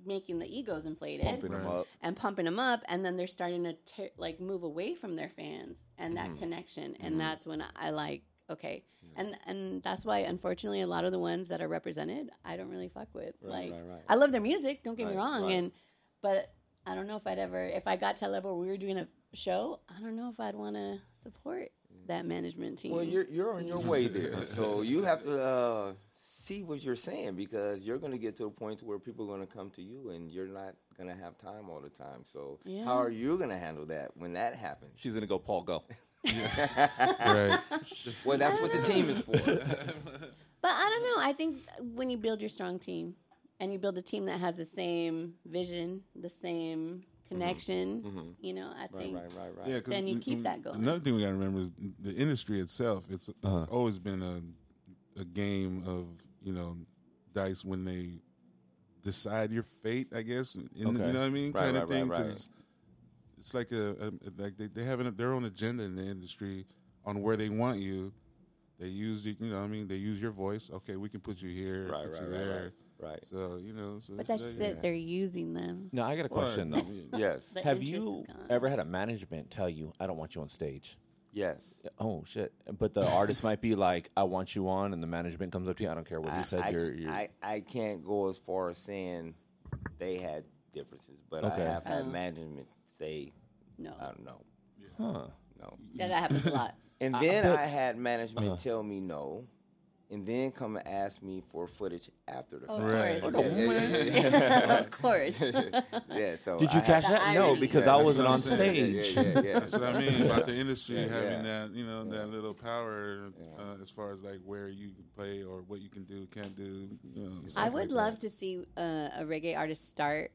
S1: making the egos inflated
S2: Pumping them
S3: Right.
S2: up.
S1: and pumping them up and then they're starting to te- like move away from their fans and that
S4: Mhm.
S1: connection and
S4: Mhm.
S1: that's when i like okay
S4: Yeah.
S1: and and that's why unfortunately a lot of the ones that are represented i don't really fuck with
S4: Right,
S1: like
S4: right, right.
S1: i love their music don't get me
S4: Right,
S1: wrong
S4: right.
S1: and but i don't know if i'd ever if i got to a level where we were doing a show i don't know if i'd want to support
S4: Mm.
S1: that management team
S4: Well, you're you're on your way there, so you have to uh, see what you're saying because you're going to get to a point where people are going to come to you, and you're not going to have time all the time. So,
S1: Yeah.
S4: how are you going to handle that when that happens?
S2: She's gonna go, Paul, go.
S3: right.
S4: well, that's what the team is for.
S1: But I don't know. I think when you build your strong team and you build a team that has the same vision, the same connection,
S4: Mhm.
S1: you know, I
S4: Right,
S1: think
S4: right, right, right.
S3: Yeah, 'cause
S1: Then you
S3: n-
S1: keep
S3: n-
S1: that going.
S3: Another thing we got to remember is the industry itself. It's it's
S2: Uh-huh.
S3: always been a a game of you know dice when they decide your fate. I guess in, you know
S2: Okay.
S3: what I mean,
S2: Right,
S3: kind
S2: right,
S3: of thing.
S2: right, right.
S3: 'cause it's like a, a like they, they have an, their own agenda in the industry on where they want you. They use you, you know. what I mean, they use your voice. Okay, we can put you here,
S4: Right,
S3: put
S4: right,
S3: you
S4: right,
S3: there.
S4: right, right.
S3: So you know, so
S1: But
S3: it's
S1: that's just
S3: like-
S1: it. They're using them.
S2: No, I got a
S3: Well,
S2: question though.
S4: Yes,
S1: The
S2: Have
S1: interest is
S2: you
S1: gone.
S2: ever had a management tell you, "I don't want you on stage"?
S4: yes.
S2: Oh shit! But the artist might be like, "I want you on," and the management comes up to you. I don't care what
S4: I,
S2: you said.
S4: I-
S2: you're, you're
S4: I, I can't go as far as saying they had differences, but
S2: Okay.
S4: I have had
S1: Oh.
S4: management say,
S1: No.
S4: I don't know,
S2: huh?
S4: no.
S1: Yeah, that happens a lot.
S4: And then I had management
S2: Uh-huh.
S4: tell me no, and then come and ask me for footage after the
S1: Oh,
S4: fact.
S3: Right.
S1: Of
S3: What
S1: course.
S2: a woman.
S1: of course.
S4: yeah. So
S2: Did
S4: I
S2: you
S4: had-
S2: cash that? No,
S1: irony.
S2: because
S4: Yeah,
S2: I
S4: that's
S2: wasn't
S3: what
S2: on
S3: I'm
S4: Yeah, yeah,
S2: stage.
S4: yeah, yeah, yeah.
S3: That's what I mean about the industry
S4: Yeah,
S3: having
S4: yeah.
S3: that, you know, that little power
S4: Yeah.
S3: uh, as far as like where you can play or what you can do, can't do. You know,
S1: I
S3: stuff
S1: would
S3: like
S1: love to see uh, a reggae artist start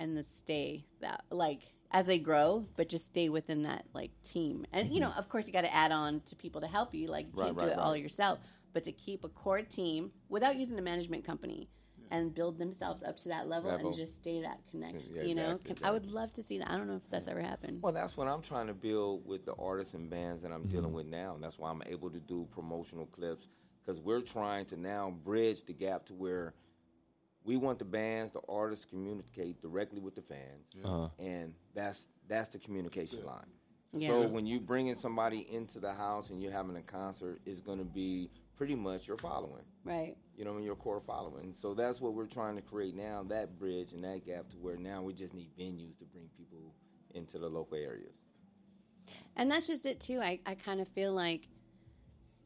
S1: and then stay that like as they grow, but just stay within that like team. And you know, of course, you got to add on to people to help you. Like you
S4: Mm-hmm. Right,
S1: can't do
S4: right,
S1: it all
S4: right.
S1: yourself, but to keep a core team without using a management company and build themselves up to that level,
S4: Level.
S1: and just stay that connection.
S4: Yeah,
S1: you know,
S4: exactly,
S1: Can- I would love to see that. I don't know if that's ever happened.
S4: Well, that's what I'm trying to build with the artists and bands that I'm dealing with now. And that's why I'm able to do promotional clips because we're trying to now bridge the gap to where we want the bands, the artists communicate directly with the fans.
S2: Uh,
S4: and that's that's the communication line.
S1: Yeah.
S4: So when you bringing somebody into the house and you're having a concert, it's going to be pretty much your following.
S1: right.
S4: You know, what I mean, your core following. So that's what we're trying to create now, that bridge and that gap to where now we just need venues to bring people into the local areas.
S1: And that's just it too. I, I kind of feel like,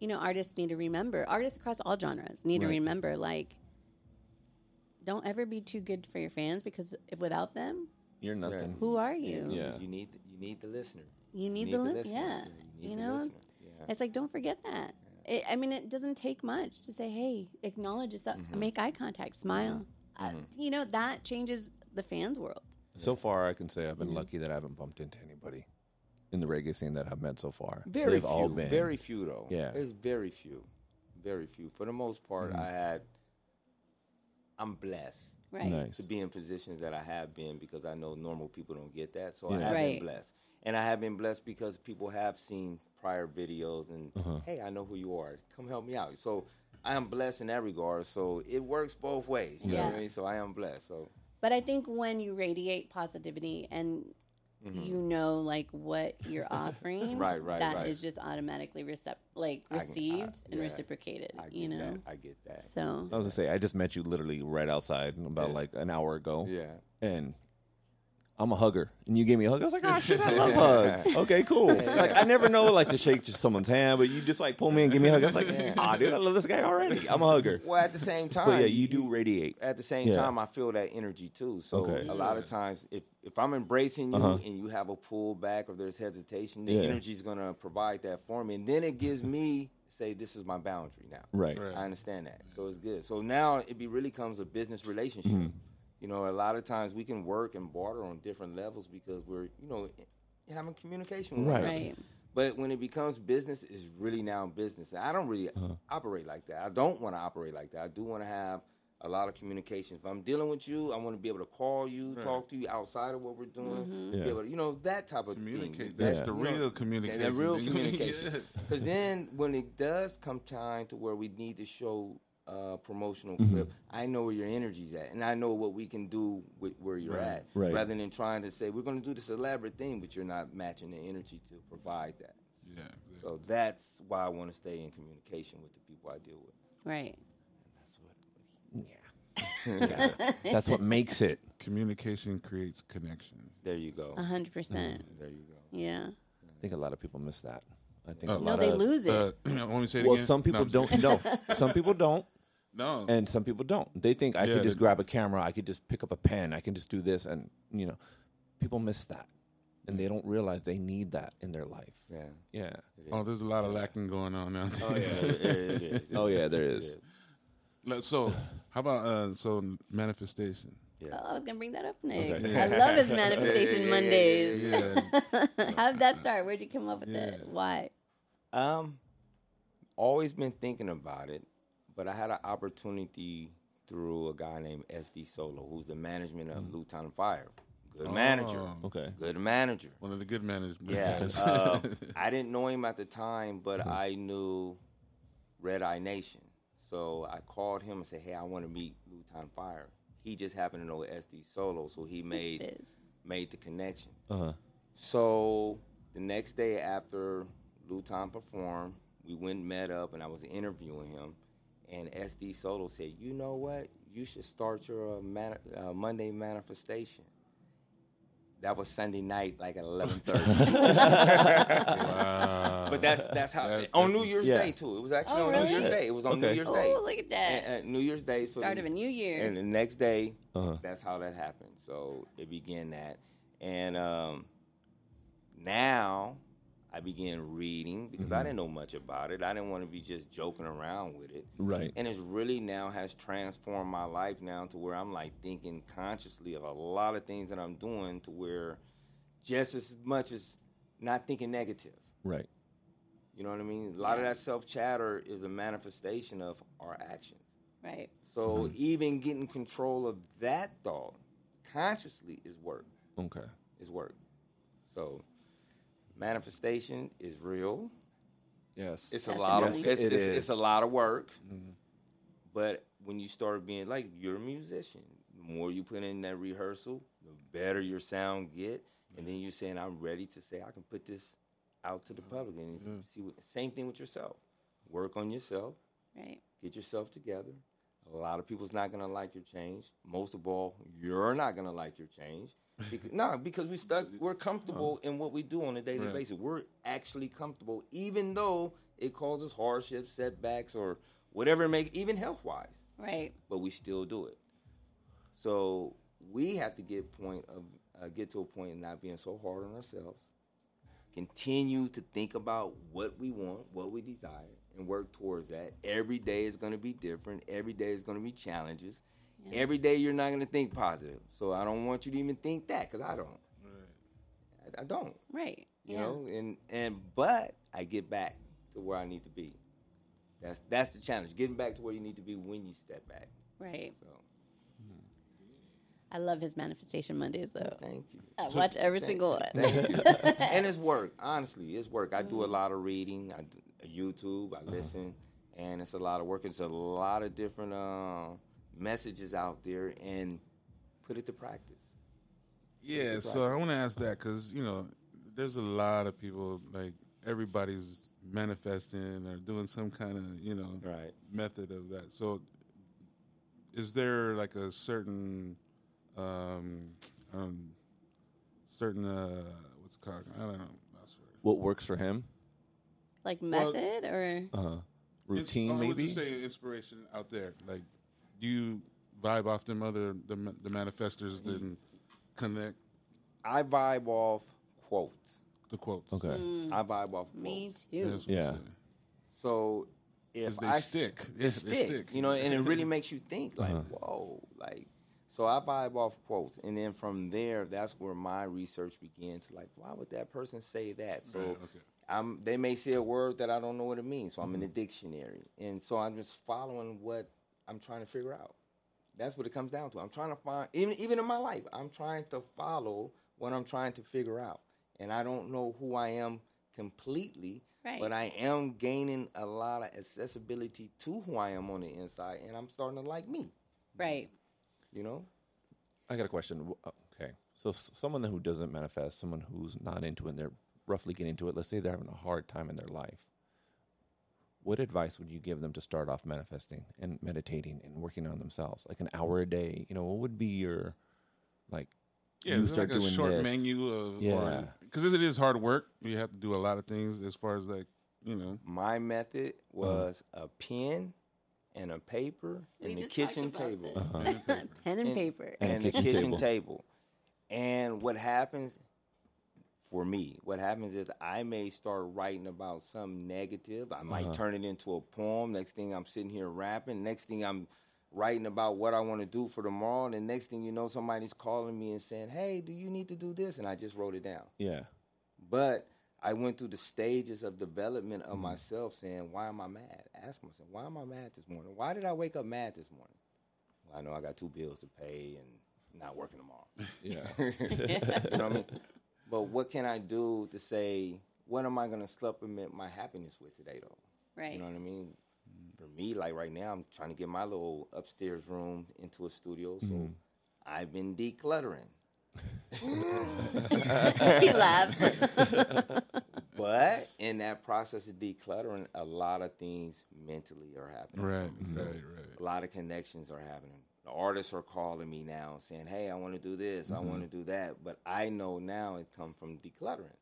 S1: you know, artists need to remember, artists across all genres need to
S2: Right.
S1: remember, like, don't ever be too good for your fans because if, without them,
S2: you're nothing.
S1: who are you?
S4: Because
S2: Yeah.
S4: You need you need the listener.
S1: You need, the,
S4: You need
S1: li-
S4: the listener.
S1: yeah.
S4: You need
S1: you
S4: the
S1: know,
S4: listener. Yeah.
S1: it's like don't forget that. It, I mean, it doesn't take much to say, hey, acknowledge yourself, make eye contact, smile. Uh, you know, that changes the fans' world.
S2: So far, I can say I've been
S4: Mm-hmm.
S2: lucky that I haven't bumped into anybody in the reggae scene that I've met so far.
S4: Very
S2: They've
S4: few.
S2: all been
S4: Very few though.
S2: Yeah. Mm.
S4: There's very few. Very few. For the most part, I had I'm blessed
S1: Right.
S2: nice.
S4: to be in positions that I have been because I know normal people don't get that. So I
S2: Yeah.
S4: have
S1: Right.
S4: been blessed. And I have been blessed because people have seen prior videos and
S2: Uh-huh.
S4: hey, I know who you are. Come help me out. So I am blessed in that regard. So it works both ways. You know what
S1: Yeah.
S4: I mean? So I am blessed. So
S1: But I think when you radiate positivity and you know like what you're offering
S4: Mm-hmm. Right, right,
S1: that
S4: right.
S1: is just automatically recep- like
S4: I- I-
S1: received and
S4: yeah.
S1: reciprocated
S4: I get
S1: you know
S4: that. I get that.
S1: so
S2: I was gonna say I just met you literally right outside about
S4: Yeah.
S2: like an hour ago,
S4: Yeah.
S2: and I'm a hugger, and you gave me a hug. I was like, oh shit, I love hugs. Okay, cool. Like I never know like to shake just someone's hand, but you just like pull me and give me a hug. I was like,
S4: Yeah.
S2: ah, dude, I love this guy already. I'm a hugger.
S4: Well, at the same time,
S2: But yeah, you do radiate.
S4: At the same
S2: Yeah.
S4: time, I feel that energy too. So
S2: Okay.
S4: a lot of times, if if I'm embracing you
S2: Uh-huh.
S4: and you have a pullback or there's hesitation, the
S2: Yeah.
S4: energy's gonna provide that for me, and then it gives me say this is my boundary now.
S2: Right.
S3: Right.
S4: I understand that. So it's good. So now it be really comes a business relationship.
S2: Mm-hmm.
S4: You know, a lot of times we can work and barter on different levels because we're, you know, having communication with one
S2: Right.
S4: another.
S1: Right.
S4: But when it becomes business, it's really now business. And I don't really
S2: Uh-huh.
S4: operate like that. I don't want to operate like that. I do want to have a lot of communication. If I'm dealing with you, I want to be able to call you, talk to you outside of what we're doing.
S2: Mm-hmm. Yeah.
S4: Be able to, you know, that type of Thing.
S3: Communicate. That's
S2: Yeah.
S3: the
S4: Mm. you know,
S3: real communication.
S4: that real
S3: Yeah.
S4: communication. Because then when it does come time to where we need to show uh, promotional
S2: Mm-hmm.
S4: clip, I know where your energy's at, and I know what we can do with where you're
S3: Right.
S4: at,
S2: Right.
S4: rather than trying to say we're going to do this elaborate thing, but you're not matching the energy to provide that.
S3: Yeah, exactly.
S4: So that's why I want to stay in communication with the people I deal with.
S1: right
S2: That's what makes it.
S3: Communication creates connection.
S4: There you go.
S2: Uh-huh.
S1: 100% percent
S4: There you go.
S1: yeah
S2: I think a lot of people miss that. I think
S3: Oh.
S2: a
S1: no
S2: lot
S1: they
S2: of
S1: lose it
S3: Uh, let me say it
S2: well,
S3: again.
S2: some people
S3: No, I'm
S2: don't.
S3: just
S2: No, some people don't.
S3: kidding. No,
S2: and some people don't. They think I
S3: Yeah,
S2: could just
S3: they-
S2: grab a camera, I could just pick up a pen, I can just do this, and you know, people miss that, and they don't realize they need that in their life.
S4: Yeah.
S2: Yeah.
S3: oh, there's a lot of lacking going on now.
S4: Oh, yeah. it- it- it is.
S2: Oh yeah, there is.
S3: Like, So, how about uh, so manifestation?
S4: Yes.
S1: Oh, I was gonna bring that up next.
S2: Okay.
S1: I love his manifestation Mondays.
S3: Yeah,
S1: How did that start? Where'd you come up with
S3: Yeah.
S1: that? Why?
S4: Um, always been thinking about it, but I had an opportunity through a guy named SD Solo, who's the management of Luton Fire. Good manager.
S3: Oh,
S2: Okay.
S4: Good manager.
S3: One of the good management.
S4: Yeah.
S3: guys.
S4: uh, I didn't know him at the time, but I knew Red Eye Nation. So I called him and said, "Hey, I want to meet Luton Fire." He just happened to know SD Solo, so he made
S1: Fizz.
S4: made the connection.
S2: Uh huh.
S4: So the next day after Luton performed, we went and met up, and I was interviewing him. And SD Solo said, "You know what? You should start your uh, mani- uh, Monday manifestation." That was Sunday night, like at eleven thirty.
S3: wow.
S4: but that's that's how
S3: That-
S4: on New Year's
S2: Yeah.
S4: Day too. It was actually
S1: Oh,
S4: on
S1: really?
S4: New Year's Day. It was on New
S2: Okay.
S4: Year's Day.
S1: Oh, look at that!
S4: And, uh, New Year's Day. So
S1: Start
S4: the-
S1: of a new year.
S4: and the next day,
S2: Uh-huh.
S4: that's how that happened. So it began that, and um, now I began reading because I didn't know much about it. I didn't want to be just joking around with it,
S2: Right.
S4: and it's really now has transformed my life now to where I'm like thinking consciously of a lot of things that I'm doing to where just as much as not thinking negative.
S2: Right.
S4: You know what I mean? A lot of that self chatter is a manifestation of our actions.
S1: right.
S4: So
S2: Mm-hmm.
S4: even getting control of that thought consciously is work.
S2: Okay.
S4: Is work. So manifestation is real.
S2: Yes.
S4: It's a lot of it's,
S1: Definitely.
S2: Yes,
S4: it's,
S2: it
S4: it's, a
S2: is. Mm-hmm.
S4: lot of work. But when you start being like you're a musician, the more you put in that rehearsal, the better your sound get, and then you're saying I'm ready to say I can put this out to the
S2: Mm-hmm.
S4: public and see what, same thing with yourself. Work on yourself
S1: Right.
S4: get yourself together. A lot of people's not gonna like your change. Most of all, you're not gonna like your change. Because, no, because we stuck. We're comfortable in what we do on a daily
S3: Right.
S4: basis. We're actually comfortable, even though it causes hardships, setbacks, or whatever it may, even health wise.
S1: Right.
S4: But we still do it. So we have to get point of uh, get to a point of not being so hard on ourselves. Continue to think about what we want, what we desire, and work towards that. Every day is going to be different. Every day is going to be challenges. Every day you're not going to think positive. So I don't want you to even think that because I don't. I, I don't.
S1: Right.
S4: You
S1: yeah.
S4: know, and and but I get back to where I need to be. That's that's the challenge. Getting back to where you need to be when you step back.
S1: Right.
S4: So
S1: I love his manifestation Mondays though.
S4: thank you.
S1: I watch every single one.
S4: and it's work. Honestly, it's work. I
S1: Mm-hmm.
S4: do a lot of reading. I do YouTube.
S1: Uh-huh.
S4: I listen, and it's a lot of work. It's a lot of different uh, messages out there, and put it to practice.
S3: Yeah,
S4: It's
S3: so I want to ask that because you know, there's a lot of people like everybody's manifesting or doing some kind of you know
S4: Right.
S3: method of that. So, is there like a certain, um, um certain uh, what's it called? I don't know. That's for
S2: What works for him?
S1: Like
S3: Well- oh,
S1: method or
S2: Uh huh. Routine,
S3: I would
S2: maybe.
S3: just say inspiration out there. Like, do you vibe off them other the, ma- the manifestors that connect
S4: I vibe off quotes.
S3: the quotes?
S2: okay.
S4: I vibe off
S1: Mm. me
S4: quotes.
S1: too?
S3: That's what I'm
S2: Yeah.
S3: saying.
S4: So if
S3: Because they
S4: I s-
S3: stick. Yes,
S4: stick, you know, and it really makes you think, like, whoa, like. So I vibe off quotes, and then from there, that's where my research begins. Like, why would that person say that? So
S3: Right, okay.
S4: I'm, they may say a word that I don't know what it means, so I'm
S1: Mm-hmm.
S4: in the dictionary, and so I'm just following what I'm trying to figure out. That's what it comes down to. I'm trying to find, even even in my life, I'm trying to follow what I'm trying to figure out, and I don't know who I am completely,
S1: Right.
S4: but I am gaining a lot of accessibility to who I am on the inside, and I'm starting to like me.
S1: Right.
S4: You know,
S2: I got a question. W- uh, Okay, so s- someone who doesn't manifest, someone who's not into it, and they're roughly getting into it. Let's say they're having a hard time in their life. What advice would you give them to start off manifesting and meditating and working on themselves, like an hour a day? You know, what would be your like?
S3: Yeah,
S2: you
S3: it's
S2: start
S3: like a
S2: doing
S3: short
S2: this.
S3: menu of
S2: Yeah.
S3: because it is hard work. You have to do a lot of things as far as like you know.
S4: my method
S1: Mm-hmm.
S4: was a pen and a paper
S1: We
S4: and the
S1: just talked
S4: kitchen
S1: about
S4: table.
S1: this.
S3: pen and paper.
S1: Pen and
S4: And-
S1: paper.
S2: And a
S4: and the
S2: kitchen
S4: kitchen
S2: table.
S4: table. And what happens for me, what happens is I may start writing about some negative. I
S2: Uh-huh.
S4: might turn it into a poem. Next thing I'm sitting here rapping. Next thing I'm writing about what I want to do for tomorrow. And the next thing you know, somebody's calling me and saying, Hey, do you need to do this? And I just wrote it down.
S2: Yeah,
S4: But I went through the stages of development of myself saying, why am I mad? Ask myself, why am I mad this morning? Why did I wake up mad this morning? Well, I know I got two bills to pay and not working tomorrow.
S2: yeah,
S4: you know what I mean? But what can I do to say, what am I going to supplement my happiness with today, though?
S1: Right.
S4: You know what I mean? For me, like right now, I'm trying to get my little upstairs room into a studio. So I've been decluttering.
S1: he laughs.
S4: But in that process of decluttering, a lot of things mentally are happening.
S3: Right, right,
S4: A
S3: right.
S4: lot of connections are happening. The artists are calling me now saying, "Hey, I want to do this. I
S3: Mm-hmm.
S4: want to do that." But I know now it come from decluttering,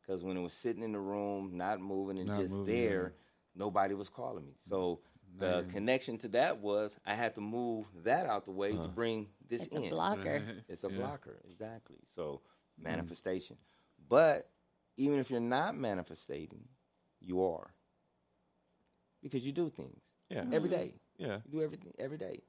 S4: because when it was sitting in the room, not moving, and
S3: Not
S4: just
S3: moving,
S4: there,
S3: yeah.
S4: nobody was calling me. So the connection to that was I had to move that out the way to bring this
S1: It's
S4: in.
S1: a blocker.
S4: It's a blocker, exactly. So
S1: Mm.
S4: manifestation. But even if you're not manifestating, you are. Because you do things
S2: yeah,
S4: every day.
S2: yeah.
S4: You do everything every day.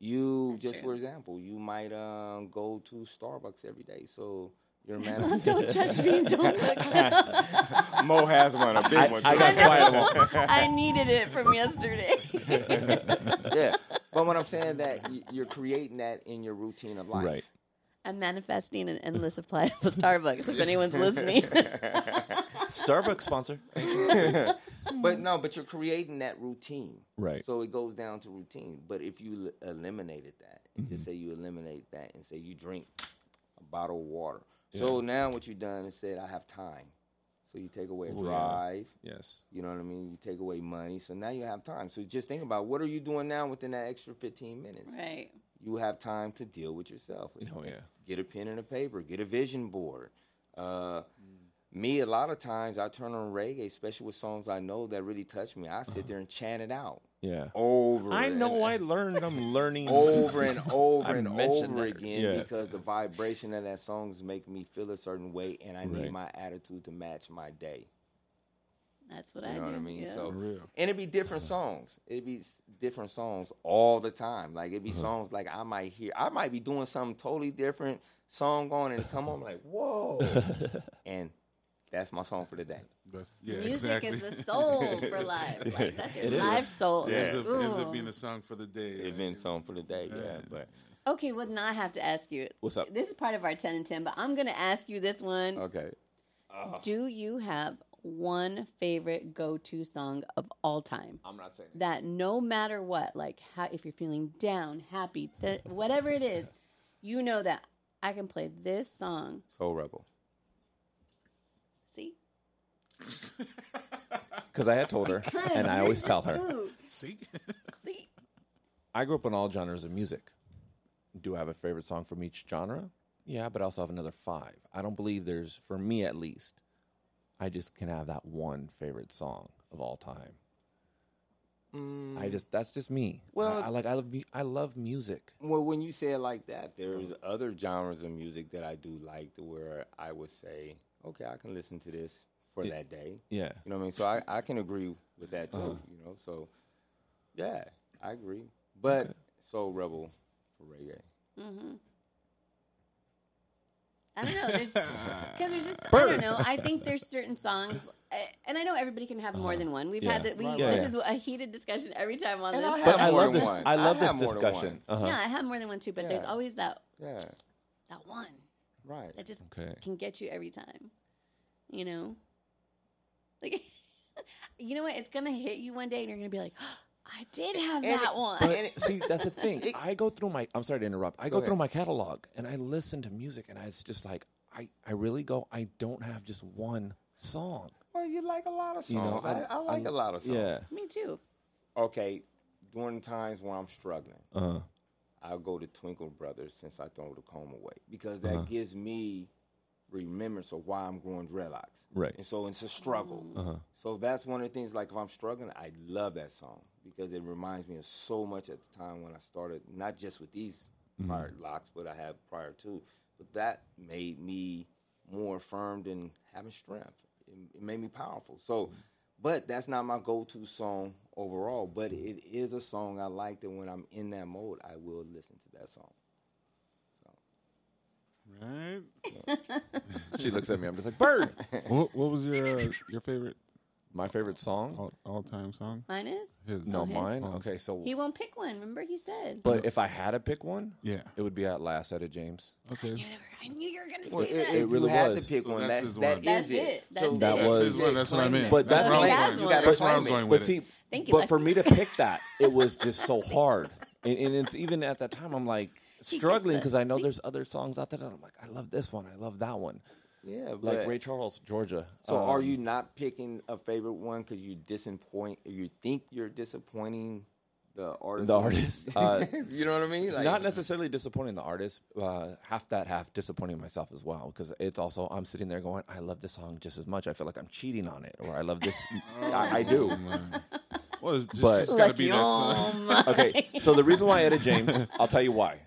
S4: You
S1: Mm-hmm. That's
S4: just
S1: true.
S4: for example, you might um, go to Starbucks every day. So you're
S1: Don't
S4: manifesting.
S1: judge me. Don't look.
S4: Mo has one, a big one.
S2: I got quiet. one.
S1: I needed it from yesterday.
S4: yeah. But when I'm saying that, y- you're creating that in your routine of life.
S2: Right.
S1: I'm manifesting an endless supply of Starbucks. If anyone's listening,
S2: Starbucks sponsor.
S4: But no, but you're creating that routine.
S2: Right.
S4: So it goes down to routine. But if you l- eliminated that, and just
S2: Mm-hmm.
S4: say you eliminate that and say you drink a bottle of water. So now what you've done is said, I have time. So you take away a
S2: Ooh, yeah.
S4: drive.
S2: yes.
S4: You know what I mean? You take away money. So now you have time. So just think about what are you doing now within that extra 15 minutes?
S1: right?
S4: You have time to deal with yourself.
S2: Oh yeah.
S4: Get a pen and a paper. Get a vision board. Uh, me, a lot of times, I turn on reggae, especially with songs I know that really touch me. I sit there and chant it out
S2: Yeah.
S4: over.
S2: I
S4: and-
S2: know. I learned. I'm learning
S4: over and over
S2: I
S4: and
S2: mentioned
S4: over
S2: that.
S4: again
S2: Yeah.
S4: because the vibration of that song is making me feel a certain way, and I
S2: Right.
S4: need my attitude to match my day.
S1: That's what
S4: You
S1: I
S4: know
S1: do.
S4: what I mean?
S1: yeah.
S4: So,
S3: For real.
S4: and it'd be different songs. It'd be s- different songs all the time. Like it'd be songs like I might hear, I might be doing something totally different song on, and come on, like whoa, and that's my song for the day.
S3: That's, yeah,
S1: music
S3: exactly.
S1: is the soul for life. Like, that's your life soul.
S3: It ends, up, ends
S1: Ooh.
S3: up being a song for the day.
S4: It
S3: like,
S4: been song for the day, yeah. But
S1: Okay, well, now I have to ask you.
S2: What's up?
S1: This is part of our 10 and 10, but I'm going to ask you this one.
S4: okay,
S1: Do you have one favorite go to song of all time?
S2: I'm not saying.
S1: That no matter what, like how, if you're feeling down, happy, th- whatever it is, you know that I can play this song.
S4: Soul Rebel.
S1: See?
S2: Because I had told her, and I always tell her,
S1: Ooh,
S3: See,
S1: see?
S2: I grew up on all genres of music. Do I have a favorite song from each genre? Yeah, but I also have another five. I don't believe there's, for me at least, I just can have that one favorite song of all time. I just that's just me.
S4: Mm. Well,
S2: I, I like I love mu- I love music.
S4: Well, when you say it like that, there's other genres of music that I do like to where I would say, okay, I can listen to this for that day.
S2: Yeah,
S4: You know what I mean? So I, I can agree with that too,
S2: Uh-huh.
S4: you know? So, yeah, I agree. But Soul Rebel for reggae.
S1: Mm-hmm. I don't know. There's because there's just I don't know. I think there's certain songs, I- and I know everybody can have more than one. We've had
S2: Uh-huh. Yeah.
S1: that. We
S2: yeah,
S1: this
S2: yeah.
S1: is a heated discussion every time on
S4: And
S1: this.
S4: I have
S2: but I
S4: more
S2: love
S4: than
S2: this.
S4: one.
S2: I love
S4: I
S2: this
S4: have more than
S2: discussion.
S4: one.
S2: Uh-huh.
S1: Yeah, I have more than one too, but there's
S4: Yeah.
S1: always that
S4: Yeah.
S1: that one
S4: Right.
S1: that just
S2: Okay.
S1: can get you every time. You know, like you know what? It's gonna hit you one day, and you're gonna be like, "Oh, I did have
S4: And
S1: that
S4: it-
S1: one.
S2: But see, that's the thing. I go through my. I'm sorry to interrupt. I go,
S4: ahead.
S2: through my catalog and I listen to music, and I, it's just like I. I really go. I don't have just one song.
S4: Well, you like a lot of songs.
S2: You know,
S4: I, I like
S2: a
S4: a lot of songs.
S2: Yeah.
S1: Me too.
S4: Okay, during times when I'm struggling,
S2: Uh.
S4: Uh-huh. I'll go to Twinkle Brothers since I throw the comb away because that
S2: Uh-huh.
S4: gives me remembrance of why I'm growing dreadlocks.
S2: Right.
S4: And so it's a struggle. So that's one of the things. Like if I'm struggling, I love that song because it reminds me of so much at the time when I started. Not just with these prior locks, but I had prior to. But that made me more affirmed in having strength. It, it made me powerful. So. But that's not my go-to song overall. But it is a song I like that when I'm in that mode, I will listen to that song.
S3: right?
S2: She looks at me. I'm just like bird.
S3: What, what was your uh, your favorite
S2: My favorite song.
S3: all, all time song?
S1: Mine is.
S3: His
S2: No,
S1: Oh, his
S2: mine.
S3: song.
S2: Okay, so.
S1: He won't pick one. Remember, he said.
S2: But if I had to pick one,
S3: Yeah.
S2: it would be at last out of James.
S3: Okay.
S1: I knew you were gonna say
S4: Well,
S1: that.
S4: if
S2: really
S4: you had
S2: was.
S4: to pick
S3: So
S4: one.
S3: that's
S4: That's,
S3: his
S4: that
S3: one.
S1: That's
S4: is it.
S1: it.
S4: So
S1: That's
S2: That
S1: it.
S2: was-
S3: That's his one. That's what I meant.
S2: But
S3: that's
S2: that's
S3: where I
S1: like-
S3: was going.
S1: That's
S3: That's where I
S1: what
S3: was going
S2: But
S3: with
S2: see,
S3: it.
S1: Thank you,
S2: But
S1: Lucky.
S2: for me to pick that, it was just so hard, and, and it's even at that time I'm like
S1: gets
S2: struggling
S1: that.
S2: because I know
S1: See?
S2: there's other songs out there that I'm like, I love this one, I love that one,
S4: Yeah,
S2: like
S4: but-
S2: Ray Charles, Georgia.
S4: So are
S2: Um,
S4: you not picking a favorite one because you disappoint? You think you're disappointing the artist?
S2: The artist, uh,
S4: you know what I mean? Like,
S2: not necessarily disappointing the artist, uh, half that, half disappointing myself as well because it's also I'm sitting there going, I love this song just as much. I feel like I'm cheating on it, or I love this. I, I do.
S3: Well, it's just,
S2: But-
S3: just gotta be
S1: Lucky
S3: that
S1: all
S3: song.
S1: my-
S2: Okay, so the reason why I added James, I'll tell you why.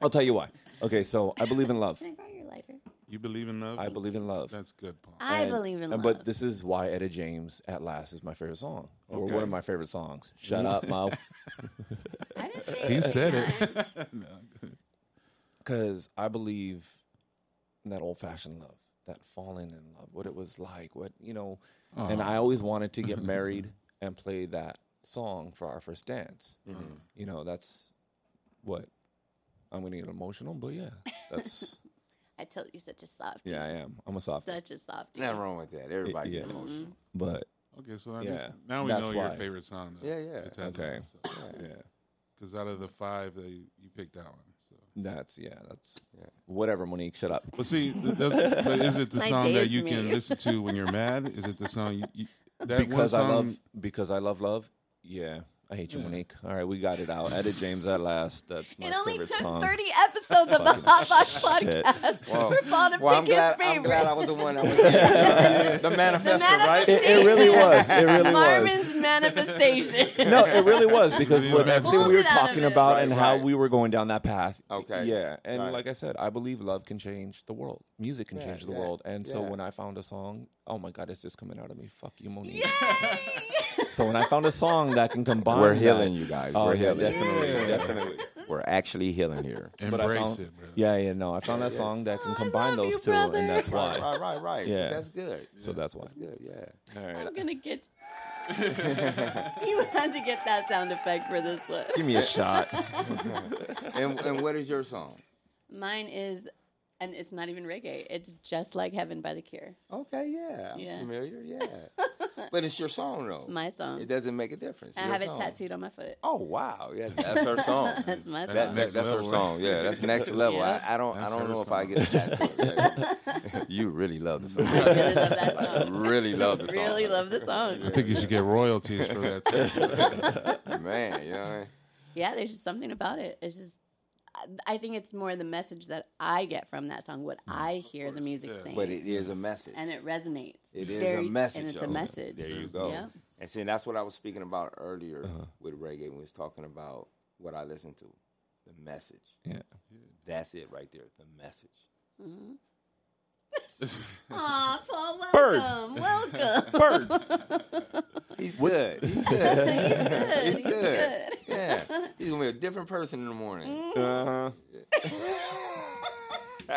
S2: I'll tell you why. Okay, so I believe in love.
S1: Can I borrow your lighter?
S3: You believe in love?
S2: I believe in love.
S3: That's good, Paul.
S1: I
S2: And-
S1: believe in love.
S2: and- But this is why Etta James at last is my favorite song, or one
S3: Okay.
S2: of my favorite songs. Shut up, Mo,
S1: I didn't say
S3: He
S1: it.
S3: said it.
S1: Mine.
S2: because I believe in that old-fashioned love, that falling in love, what it was like, what you know. And
S3: Uh-huh.
S2: I always wanted to get married and play that song for our first dance.
S3: Mm-hmm.
S2: You know, that's what I'm gonna get emotional, but yeah, that's
S1: I told you such a soft.
S2: yeah, I am. I'm a soft,
S1: Such a soft.
S4: nothing wrong with that. Everybody
S2: Yeah.
S4: gets
S1: Mm-hmm.
S4: emotional.
S2: but
S3: Okay, so I
S2: Yeah,
S3: just, now we
S2: that's
S3: know your
S2: why.
S3: favorite song. Though.
S4: Yeah, yeah.
S2: Okay. yeah,
S3: Because out of the five, they, you picked that one. So.
S2: that's yeah, that's whatever. Monique, shut up.
S3: But see, th- that's, but is it the
S1: My
S3: song
S1: day
S3: that
S1: is
S3: you can
S1: me.
S3: listen to when you're mad? Is it the song you, you that
S2: because
S3: one
S2: I
S3: song?
S2: love because I love love. Yeah, I hate you, Monique. All right, we got it out. Edit James at last. That's my
S1: It only
S2: favorite
S1: took
S2: song.
S1: 30 episodes of the Hot Box
S2: shit.
S1: podcast
S4: Well,
S1: for Paul to
S4: well, I'm
S1: pick
S4: glad.
S1: his favorite.
S4: I'm glad I was the one. That was the manifesto, right?
S1: manifest-
S2: it, it really was. It really was.
S1: Marvin's manifestation.
S2: No, it really was because
S3: Really
S2: what
S3: was.
S2: everything we
S1: Pulled
S2: were
S1: it out of
S2: talking
S1: it.
S2: about
S4: Right,
S2: and how
S4: right.
S2: we were going down that path.
S4: Okay.
S2: Yeah, and
S4: Right.
S2: like I said, I believe love can change the world. Music can
S4: Yeah,
S2: change the
S4: yeah,
S2: world. And so
S4: yeah.
S2: when I found a song, oh my god, it's just coming out of me. Fuck you, Monique. so when I found a song that can combine,
S4: We're
S2: that-
S4: healing, you guys.
S2: Oh,
S4: We're
S2: yeah,
S4: healing.
S2: definitely,
S3: Yeah.
S2: definitely.
S4: We're actually healing here.
S2: But I
S3: Embrace
S2: found-
S3: it, bro.
S2: Yeah, yeah, no. I found that song that can
S1: Oh, I
S2: combine
S1: love
S2: those
S1: you,
S2: two,
S1: brother.
S2: and that's
S4: right,
S2: why.
S4: right, right, right.
S2: Yeah.
S4: That's good.
S2: So that's why.
S4: Good. Yeah.
S2: All right.
S1: I'm going to get. you had to get that sound effect for this one.
S2: Give me a shot.
S4: And and what is your song?
S1: Mine is and it's not even reggae. It's just like Heaven by the Cure.
S4: Okay, yeah, I'm
S1: Yeah.
S4: familiar, yeah. but it's your song though.
S1: My song.
S4: It doesn't make a difference.
S1: I
S4: Your
S1: have it
S4: song.
S1: tattooed on my foot.
S4: Oh wow, yeah, that's her song.
S1: That's my
S3: That's
S1: song.
S3: next
S4: that's her
S3: level.
S4: song. Yeah, that's next level.
S1: Yeah.
S4: I, I don't,
S3: That's
S4: I don't
S3: her
S4: know if I get a tattoo. Yeah. you really love the song.
S1: I really love that song.
S4: Really love the song.
S1: Really love the song.
S3: I think you should get royalties for that.
S4: Man, you know what I mean?
S1: Yeah, there's just something about it. It's just, I- I think it's more the message that I get from that song, what I hear the
S3: course,
S1: music
S3: yeah.
S1: saying.
S4: Mm. But it is a message.
S1: and it resonates.
S4: It is
S1: Very-
S4: a message.
S1: And it's a
S4: though.
S1: message.
S4: There you go.
S1: Yeah.
S4: And see, that's what I was speaking about earlier
S2: Uh-huh.
S4: with reggae when we was talking about what I listen to. The message.
S2: Yeah.
S4: That's it right there. The message.
S1: Mm-hmm. Aw, Paul,
S2: Bird.
S1: welcome. Welcome.
S2: Bird.
S4: He's good. He's good. He's
S1: good. He's good. Mm-hmm. Uh-huh.
S4: Yeah. He's gonna be a different person in the morning.
S2: Uh,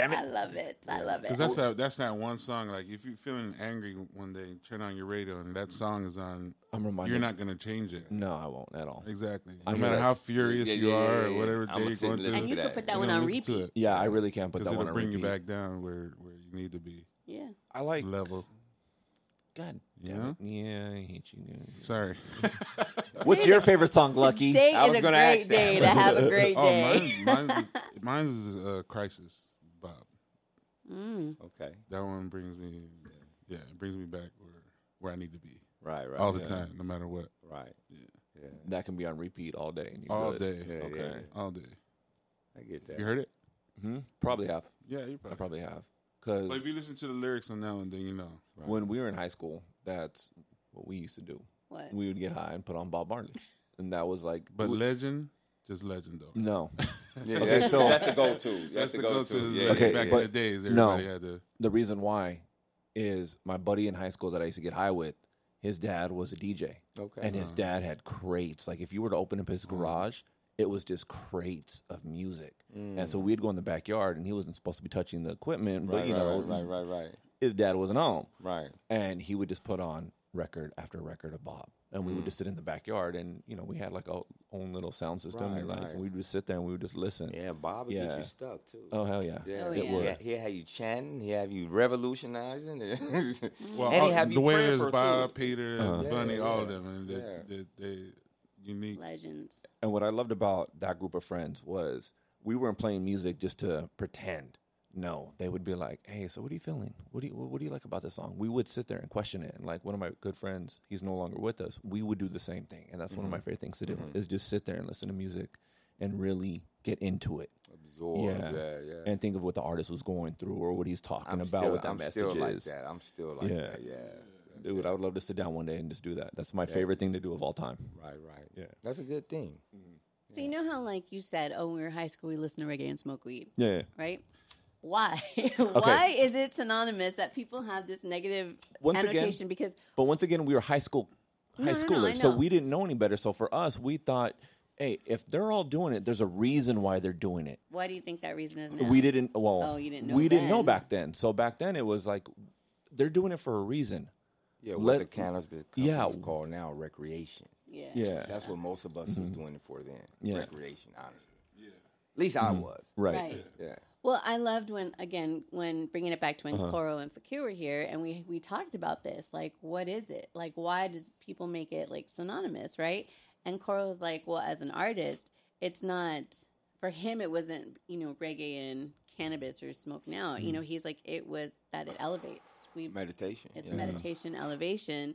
S1: I love it. I love it.
S3: Because that's that, that's that one song. Like if you're feeling angry one day, turn on your radio and that song is on.
S2: I'm reminded.
S3: You're not gonna change it.
S2: No, I won't at all.
S3: Exactly. No
S2: I hear
S3: matter
S2: that.
S3: how furious
S4: Yeah,
S3: you
S4: yeah,
S3: are
S4: yeah,
S3: or
S4: yeah.
S3: whatever
S4: I'ma
S3: day you're
S4: sit and
S3: going through,
S4: listen
S1: and you
S4: to
S1: could
S4: that.
S1: put that one on repeat.
S2: Yeah, I really can't put
S3: Because
S2: that
S3: it'll
S2: one on
S3: bring
S2: repeat.
S3: you back down where where you need to be
S1: Yeah.
S2: I like.
S3: level.
S2: God
S3: You
S2: damn
S3: know?
S2: it. Yeah, I hate you. dude.
S3: Sorry.
S2: What's your favorite song, Lucky?
S1: Today
S4: I
S1: is
S4: was
S1: a
S4: gonna
S1: great
S4: ask that.
S1: day to have a great
S3: oh,
S1: day.
S3: mine, mine is, mine is uh, crisis, Bob.
S1: Mm.
S4: Okay.
S3: That one brings me, yeah, it brings me back where where I need to be
S4: Right, right.
S3: all the
S4: yeah.
S3: time, no matter what,
S4: Right.
S3: Yeah.
S4: Yeah.
S2: That can be on repeat all day. And you're
S3: all
S2: good.
S3: day,
S4: Yeah,
S2: Okay.
S4: yeah.
S3: all day.
S4: I get
S3: You
S4: that.
S3: heard it?
S2: hmm Probably have.
S3: Yeah, you
S2: I
S3: probably.
S2: probably have.
S3: But
S2: Because
S3: if you listen to the lyrics on that one, then you know.
S2: when we were in high school, that's what we used to do.
S1: What?
S2: We would get high and put on Bob Marley, and that was like.
S3: But
S2: we-
S3: legend, just legend though.
S2: no,
S4: Yeah,
S2: Okay,
S4: that's,
S2: so-
S4: that's the go-to. That's,
S3: That's the go-to.
S4: Yeah,
S3: like,
S2: Okay,
S3: back
S2: but
S3: in the days,
S2: no.
S3: everybody had to.
S2: the reason why is my buddy in high school that I used to get high with. His dad was a DJ,
S4: Okay. Uh-huh.
S2: and his dad had crates. Like if you were to open up his garage, it was just crates of music.
S4: Mm.
S2: And so we'd go in the backyard, and he wasn't supposed to be touching the equipment, but
S4: right,
S2: you
S4: right,
S2: know,
S4: right, right, right, right.
S2: his dad wasn't home.
S4: Right.
S2: and he would just put on record after record of Bob, and we would just sit in the backyard, and you know we had like our own little sound system,
S4: Right,
S2: and like
S4: right.
S2: we would just sit there and we would just listen.
S4: Yeah, Bob would get
S2: Yeah.
S4: you stuck too.
S2: Oh hell yeah,
S4: Yeah,
S1: Oh,
S4: it
S1: yeah.
S4: would.
S2: Yeah.
S4: He have you chanting. He have you revolutionizing. it.
S3: Well,
S4: and he
S3: all-
S4: have you
S3: the way it
S4: praying
S3: is,
S4: for,
S3: Bob,
S4: too.
S3: Peter,
S2: Uh-huh.
S3: Bunny,
S4: Mm-hmm. Yeah,
S3: all
S4: yeah.
S3: of them, and they,
S4: Yeah.
S3: they, they unique.
S1: Legends.
S2: And what I loved about that group of friends was we weren't playing music just to pretend. No, they would be like, "Hey, so what are you feeling? What do you what do you like about this song?" We would sit there and question it. And like one of my good friends, he's no longer with us. We would do the same thing, and that's one of my favorite things to do is just sit there and listen to music and really get into it.
S4: Absorb. Yeah, yeah.
S2: and think of what the artist was going through or what he's talking
S4: I'm
S2: about
S4: still,
S2: with that
S4: I'm
S2: message
S4: still like
S2: is.
S4: that. I'm still like
S2: Yeah.
S4: that. Yeah.
S2: Dude, I would love to sit down one day and just do that. That's my favorite thing to do of all time.
S4: Right, right.
S2: Yeah.
S4: That's a good thing.
S1: So you know how, like you said, oh, when we were in high school, we listened to reggae and smoke weed,
S2: Yeah.
S1: right? Why? Why is it synonymous that people have this negative
S2: Once again-
S1: annotation? because
S2: But once again, we were high school high
S1: No, no, no,
S2: schoolers,
S1: I
S2: so
S1: know.
S2: we didn't know any better. So for us, we thought, hey, if they're all doing it, there's a reason why they're doing it.
S1: why do you think that reason is now?
S2: We didn't well
S1: Oh, you didn't know
S2: we didn't know
S1: then.
S2: back then. So back then it was like they're doing it for a reason.
S4: Yeah. What
S2: Let-
S4: the cannabis
S2: Yeah.
S4: yeah. call now recreation.
S1: Yeah.
S2: Yeah.
S4: That's what most of us
S3: Mm-hmm.
S4: was doing it for then.
S2: Yeah.
S4: Recreation, honestly. Yeah. At least I was.
S2: Right.
S1: Right.
S4: Yeah.
S1: Well, I loved when again when bringing it back to when Coro and Faku were here, and we we talked about this. Like, what is it? Like, why does people make it like synonymous, right? And Coro was like, well, as an artist, it's not for him. It wasn't you know reggae and cannabis or smoking out. You know, he's like, it was that it elevates. We
S4: Meditation.
S1: it's
S4: yeah.
S1: meditation, elevation,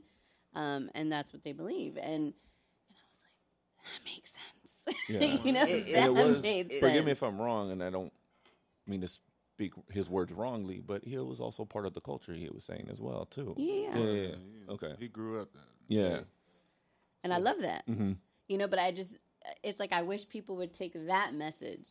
S1: um, and that's what they believe. And and I was like, that makes sense.
S2: Yeah.
S1: you know, that
S2: And it was,
S1: made sense.
S2: forgive me if I'm wrong, and I don't mean to speak his words wrongly, but he was also part of the culture he was saying as well, too.
S1: Yeah.
S2: Yeah, yeah,
S3: yeah.
S2: Okay.
S3: He grew up that.
S2: Yeah.
S1: and I love that.
S2: Mhm.
S1: You know, but I just it's like I wish people would take that message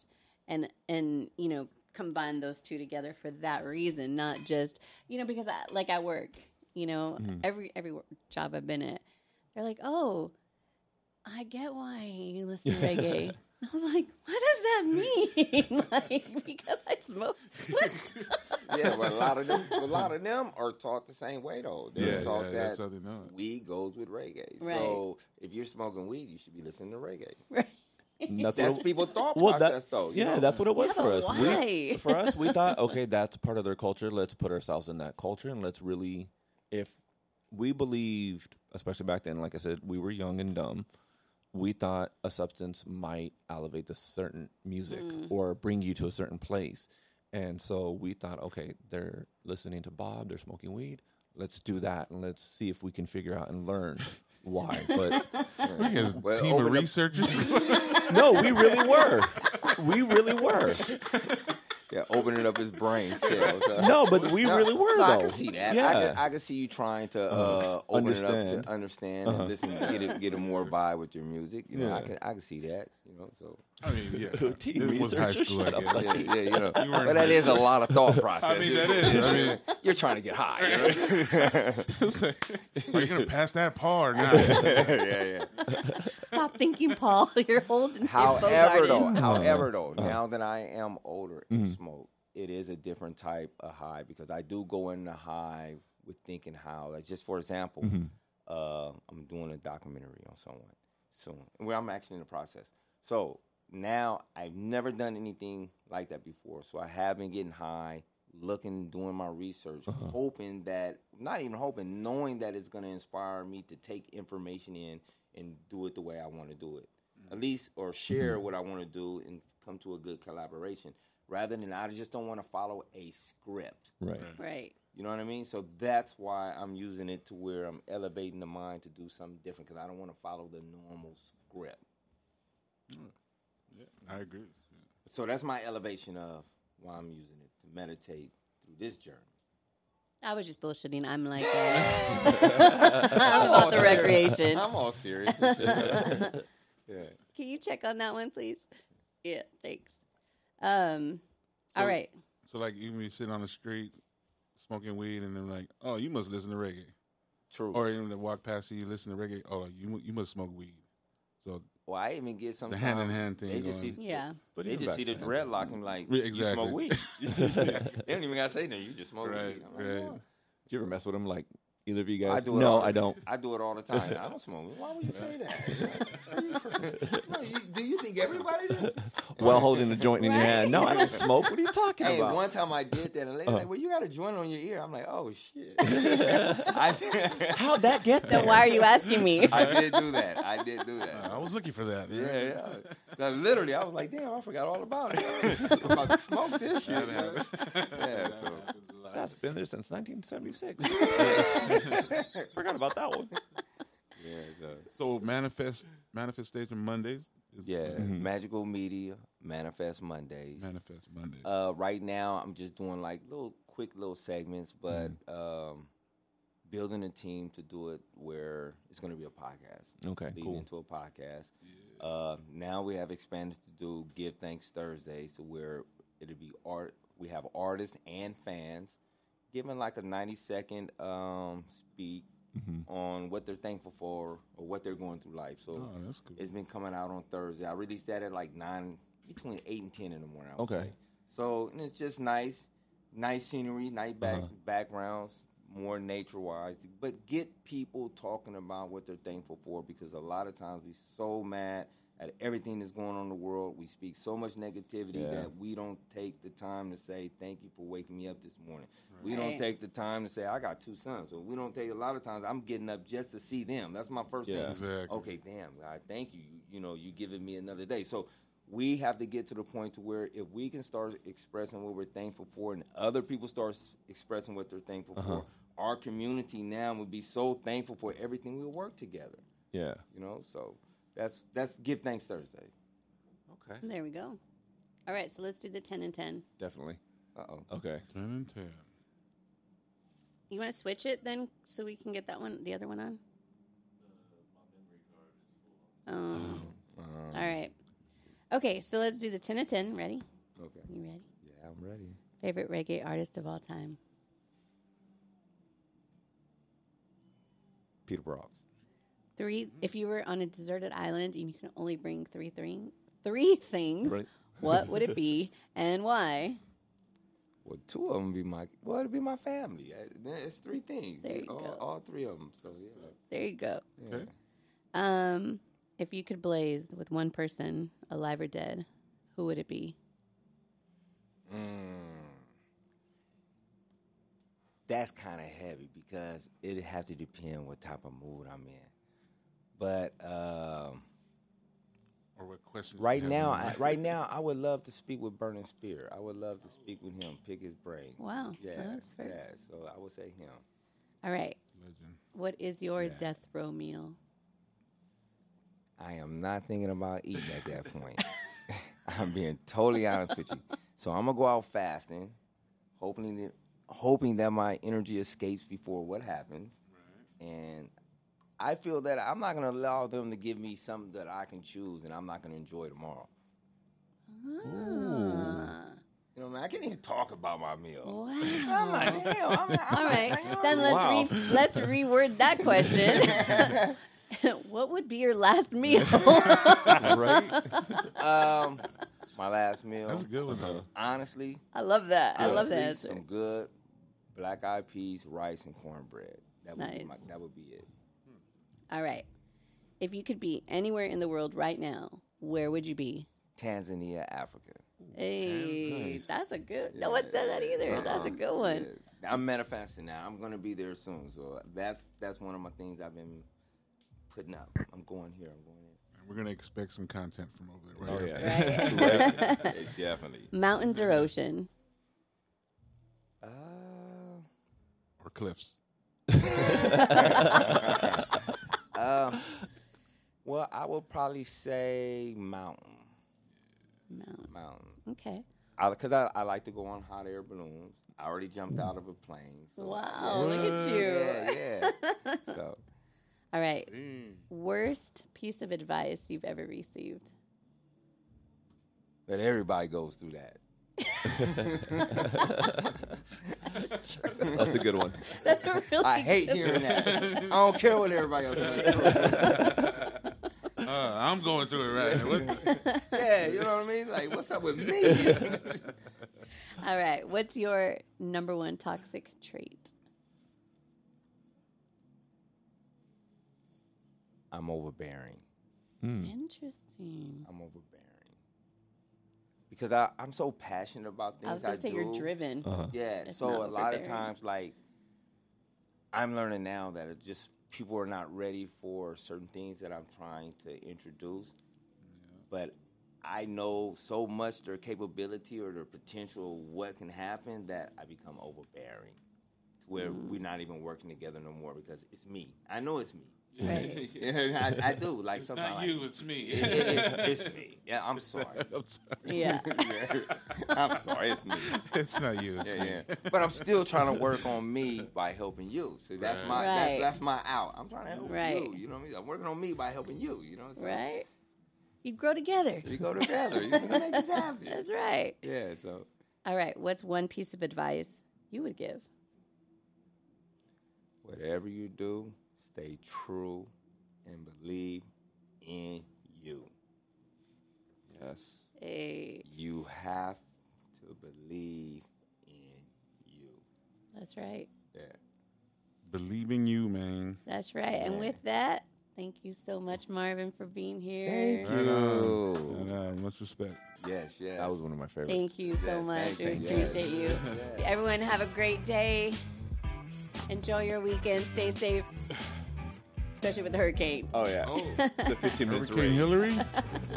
S1: and and you know combine those two together for that reason, not just you know because I, like I work, you know,
S2: Mm-hmm.
S1: every every wor- job I've been at, they're like, oh, I get why you listen to reggae. I was like, what does that mean? like because I smoke. What?
S4: yeah, but a lot of them, a lot of them are taught the same way though. They're
S3: Yeah,
S4: taught
S3: yeah,
S4: that
S3: that's how they know it.
S4: weed goes with reggae.
S1: Right.
S4: So if you're smoking weed, you should be listening to reggae.
S1: Right.
S2: And that's
S4: That's
S2: what it,
S4: people thought
S2: well, that-
S4: process though. you
S2: yeah,
S4: know?
S2: that's what it was
S1: Yeah,
S2: for
S1: but
S2: us. We,
S1: why?
S2: for us, we thought, okay, that's part of their culture. Let's put ourselves in that culture and let's really, if we believed, especially back then, like I said, we were young and dumb. We thought a substance might elevate the certain music
S4: Mm.
S2: or bring you to a certain place. And so we thought, okay, they're listening to Bob, they're smoking weed. Let's do that and let's see if we can figure out and learn why. But
S3: We as
S4: Well,
S3: team
S4: open
S3: of
S4: up-
S3: researchers.
S2: no, we really were. We really were.
S4: Yeah, opening up his brain cells. huh?
S2: No, but we really were
S4: No,
S2: though.
S4: I can see that.
S2: Yeah.
S4: I, can, I can see you trying to uh, open it up
S2: Understand. Uh-huh.
S4: to understand and listen, get it, get a more vibe with your music. You know, I can I can see that. You know, so
S3: I mean, yeah,
S2: Team
S3: it was high
S2: researcher,
S3: school, I
S2: shut up.
S3: guess.
S4: yeah, yeah, you know.
S3: You weren't
S4: but that
S3: high
S4: is a lot of thought process.
S3: I mean, that is. I mean,
S4: You're trying to get high. you know?
S3: it's like, are you gonna pass that par or not?
S4: yeah, yeah.
S1: Stop thinking, Paul. You're holding.
S4: However, though, however, though,
S2: Uh-huh.
S4: now that I am older and
S2: Mm-hmm.
S4: smoke, it is a different type of high because I do go in the high with thinking how, like, just for example,
S2: Mm-hmm.
S4: uh, I'm doing a documentary on someone soon, where I'm actually in the process. So now I've never done anything like that before. So I have been getting high, looking, doing my research, hoping that, not even hoping, knowing that it's going to inspire me to take information in and do it the way I want to do it. At least, or share what I want to do and come to a good collaboration rather than I just don't want to follow a script.
S2: Right.
S1: Right.
S4: You know what I mean? So that's why I'm using it to where I'm elevating the mind to do something different because I don't want to follow the normal script.
S3: Yeah, I agree.
S4: So that's my elevation of why I'm using it to meditate through this journey.
S1: I was just bullshitting. I'm like, uh, I'm about the recreation.
S4: I'm all serious. yeah.
S1: Can you check on that one, please? Yeah, thanks. Um, all
S3: So-
S1: right.
S3: So like, even be sitting on the street smoking weed, and they're like, "Oh, you must listen to reggae,"
S4: True.
S3: or even they walk past you, listen to reggae. Oh, you mu- you must smoke weed. So
S4: well, I even get some
S3: the hand in hand thing.
S4: They just
S3: going.
S4: see
S1: Yeah.
S2: But
S4: They
S2: even
S4: just
S2: back
S4: see the
S2: then.
S4: dreadlocks and be like,
S3: Yeah,
S4: you smoke
S3: exactly.
S4: weed. they don't even gotta say nothing. You just smoke
S3: Right,
S4: weed. I'm like,
S3: right.
S4: "Oh."
S2: Did you ever mess with him? Like either of you guys?
S4: I do it
S2: no,
S4: all the-
S2: I don't.
S4: I do it all the time. I don't smoke weed. Why would you say that? no, you, do you think everybody? does?
S2: Well, holding a joint in your
S1: Right?
S2: hand. No, I don't smoke. What are you talking
S4: Hey,
S2: about? Uh.
S4: one time I did that, and later like, well, you got a joint on your ear. I'm like, oh shit. I,
S2: How'd that get there?
S1: Then why are you asking me?
S4: I did do that. Uh, I did do that.
S3: I was looking for that.
S4: Yeah, yeah. Now, literally, I was like, damn, I forgot all about it. I'm about to smoke this shit. man. Yeah, so
S2: That's been there since 1976. Forgot about that one.
S4: yeah, so
S3: So manifest manifestation Mondays. Is
S4: yeah.
S2: Mm-hmm.
S4: Magical Media Manifest Mondays.
S3: manifest Mondays.
S4: Uh, right now, I'm just doing like little quick little segments, but
S2: Mm-hmm.
S4: um, building a team to do it where it's going to be a podcast.
S2: Okay,
S4: leading
S2: cool.
S4: into a podcast. Uh, now we have expanded to do Give Thanks Thursdays, to where it'll be art. We have artists and fans giving like a 90 second um, speak
S2: Mm-hmm.
S4: on what they're thankful for or what they're going through life. So
S3: oh, that's cool.
S4: it's been coming out on Thursday. I released that at like nine, between eight and ten in the morning. I would
S2: Okay.
S4: say. So and it's just nice, nice scenery, nice back
S2: Uh-huh.
S4: backgrounds, more nature wise. But get people talking about what they're thankful for because a lot of times we so mad at everything that's going on in the world. We speak so much negativity
S2: Yeah.
S4: that we don't take the time to say thank you for waking me up this morning. We don't
S1: Right.
S4: take the time to say I got two sons. So we don't take a lot of times. I'm getting up just to see them. That's my first
S2: Yeah.
S4: thing
S3: Exactly.
S4: okay, damn, God, thank you. You, you know, you giving me another day. So we have to get to the point to where if we can start expressing what we're thankful for, and other people start s- expressing what they're thankful for, our community now would be so thankful for everything we work together.
S2: Yeah.
S4: You know, so that's that's Give Thanks Thursday.
S2: Okay.
S1: There we go. All right, so let's do the 10 and 10.
S2: Definitely.
S4: Uh oh.
S2: Okay.
S3: Ten and ten.
S1: You want to switch it then so we can get that one, the other one on? Um, all right. Okay, so let's do the 10 and 10. Ready?
S4: Okay.
S1: You ready?
S4: Yeah, I'm ready.
S1: Favorite reggae artist of all time?
S4: Peter Brock.
S1: Three, if you were on a deserted island and you can only bring three, three, three things,
S2: Right.
S1: what would it be and why?
S4: Well, two of them be my well, it'd be my family. I- It's three things.
S1: There you
S4: all,
S1: go.
S4: all three of them. So yeah.
S1: There you go.
S4: yeah.
S1: Um, If you could blaze with one person, alive or dead, who would it be?
S4: Mm. That's kind of heavy because it'd have to depend what type of mood I'm in. But um,
S3: Or what question? you
S4: right
S3: have
S4: now,
S3: in
S4: I,
S3: mind?
S4: right now, I would love to speak with Burning Spear. I would love to speak with him, pick his brain.
S1: Wow,
S4: Yeah,
S1: that was first.
S4: yeah. So I would say him.
S1: All right.
S3: Legend.
S1: What is your death row meal?
S4: I am not thinking about eating at that point. I'm being totally honest with you. So I'm gonna go out fasting, hoping that, hoping that my energy escapes before what happens. And I feel that I'm not gonna allow them to give me something that I can choose, and I'm not gonna enjoy tomorrow.
S1: Ah,
S4: You know, man, I can't even talk about my meal.
S1: wow.
S4: I'm like, damn, I'm, I'm
S1: All
S4: like,
S1: right.
S4: damn.
S1: Then let's
S2: Wow.
S1: re- let's reword that question. what would be your last meal?
S2: right?
S4: um, my last meal.
S3: That's a good one though.
S4: Uh-huh. Honestly,
S1: I love that. I love
S4: honestly,
S1: that answer.
S4: Some good black eyed peas, rice, and cornbread. That would be my,
S1: Nice.
S4: that would be it.
S1: All right. If you could be anywhere in the world right now, where would you be?
S4: Tanzania, Africa.
S1: Hey,
S2: nice.
S1: that's a good. No one said that either. That's a
S4: Uh-uh.
S1: good one.
S4: Yeah. I'm manifesting now. I'm gonna be there soon. So that's that's one of my things I've been putting up. I'm going here. I'm going there.
S3: And we're gonna expect some content from over there. Right
S2: Oh,
S3: here.
S2: yeah.
S4: Definitely. Definitely.
S1: Mountains
S4: Mm-hmm.
S1: or ocean?
S4: Uh,
S3: Or cliffs.
S4: uh, well, I would probably say mountain.
S1: Mountain.
S4: Mountain.
S1: Okay.
S4: Because I, I, like to go on hot air balloons. I already jumped out of a plane. So
S1: Wow, look at you.
S4: Yeah, yeah. so
S1: All right.
S3: Uh,
S1: Worst piece of advice you've ever received?
S4: that everybody goes through that.
S1: That's true.
S2: That's a good one.
S1: That's a really
S4: I hate
S1: good-
S4: hearing that. I don't care what everybody else says.
S3: Uh, I'm going through it right now. What the-
S4: Yeah, you know what I mean? Like, what's up with me?
S1: All right. What's your number one toxic trait?
S4: I'm overbearing. Hmm.
S1: Interesting.
S4: I'm overbearing. Because I, I'm so passionate about things.
S1: I was going to say you're
S4: do.
S1: driven.
S4: Yeah.
S1: It's
S4: so
S1: not
S4: a lot of
S1: overbearing.
S4: times, like, I'm learning now that it just people are not ready for certain things that I'm trying to introduce. But I know so much their capability or their potential, what can happen, that I become overbearing. to Where we're
S1: Mm.
S4: not even working together no more because it's me. I know it's me.
S1: Right.
S4: I, I do. Like
S3: It's
S4: sometimes
S3: not
S4: like,
S3: you, it's me.
S4: It, it- it's, it's me. Yeah, I'm sorry.
S3: I'm sorry.
S1: Yeah.
S4: I'm sorry. It's me.
S3: It's not you, it's
S4: Yeah,
S3: me.
S4: yeah. But I'm still trying to work on me by helping you. So that's
S3: Right.
S4: my
S1: Right.
S4: that's, that's my out. I'm trying to help
S1: Right.
S4: you. You know what I mean? I'm working on me by helping you. You know what I'm saying?
S1: Right? You grow together.
S4: We go together. You know, we can make this happen.
S1: That's right.
S4: Yeah. So
S1: All right. What's one piece of advice you would give?
S4: whatever you do, stay true and believe in you.
S2: Yes.
S1: Hey,
S4: You have to believe in you.
S1: that's right.
S4: Yeah.
S3: Believe in you, man.
S1: That's right. And with that, thank you so much, Marvin, for being here.
S4: Thank
S3: Right on.
S4: you.
S3: And, uh, much respect.
S4: Yes, yes.
S2: That was one of my favorites.
S1: Thank you so
S4: Yes,
S1: much.
S4: thank
S1: We
S4: you.
S1: appreciate you.
S4: Yes. Yes.
S1: Everyone, have a great day. Enjoy your weekend. Stay safe, especially with the hurricane.
S2: Oh yeah.
S3: Oh,
S2: The 15 minutes
S3: Hurricane
S2: rain.
S3: Hillary?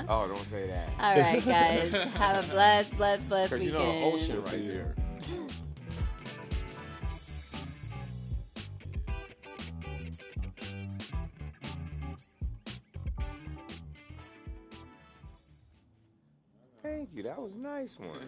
S4: Oh, don't say that.
S1: All right, guys. have a blessed, blessed, blessed
S4: Because you
S1: weekend.
S4: know the ocean right there. Thank you. That was a nice one.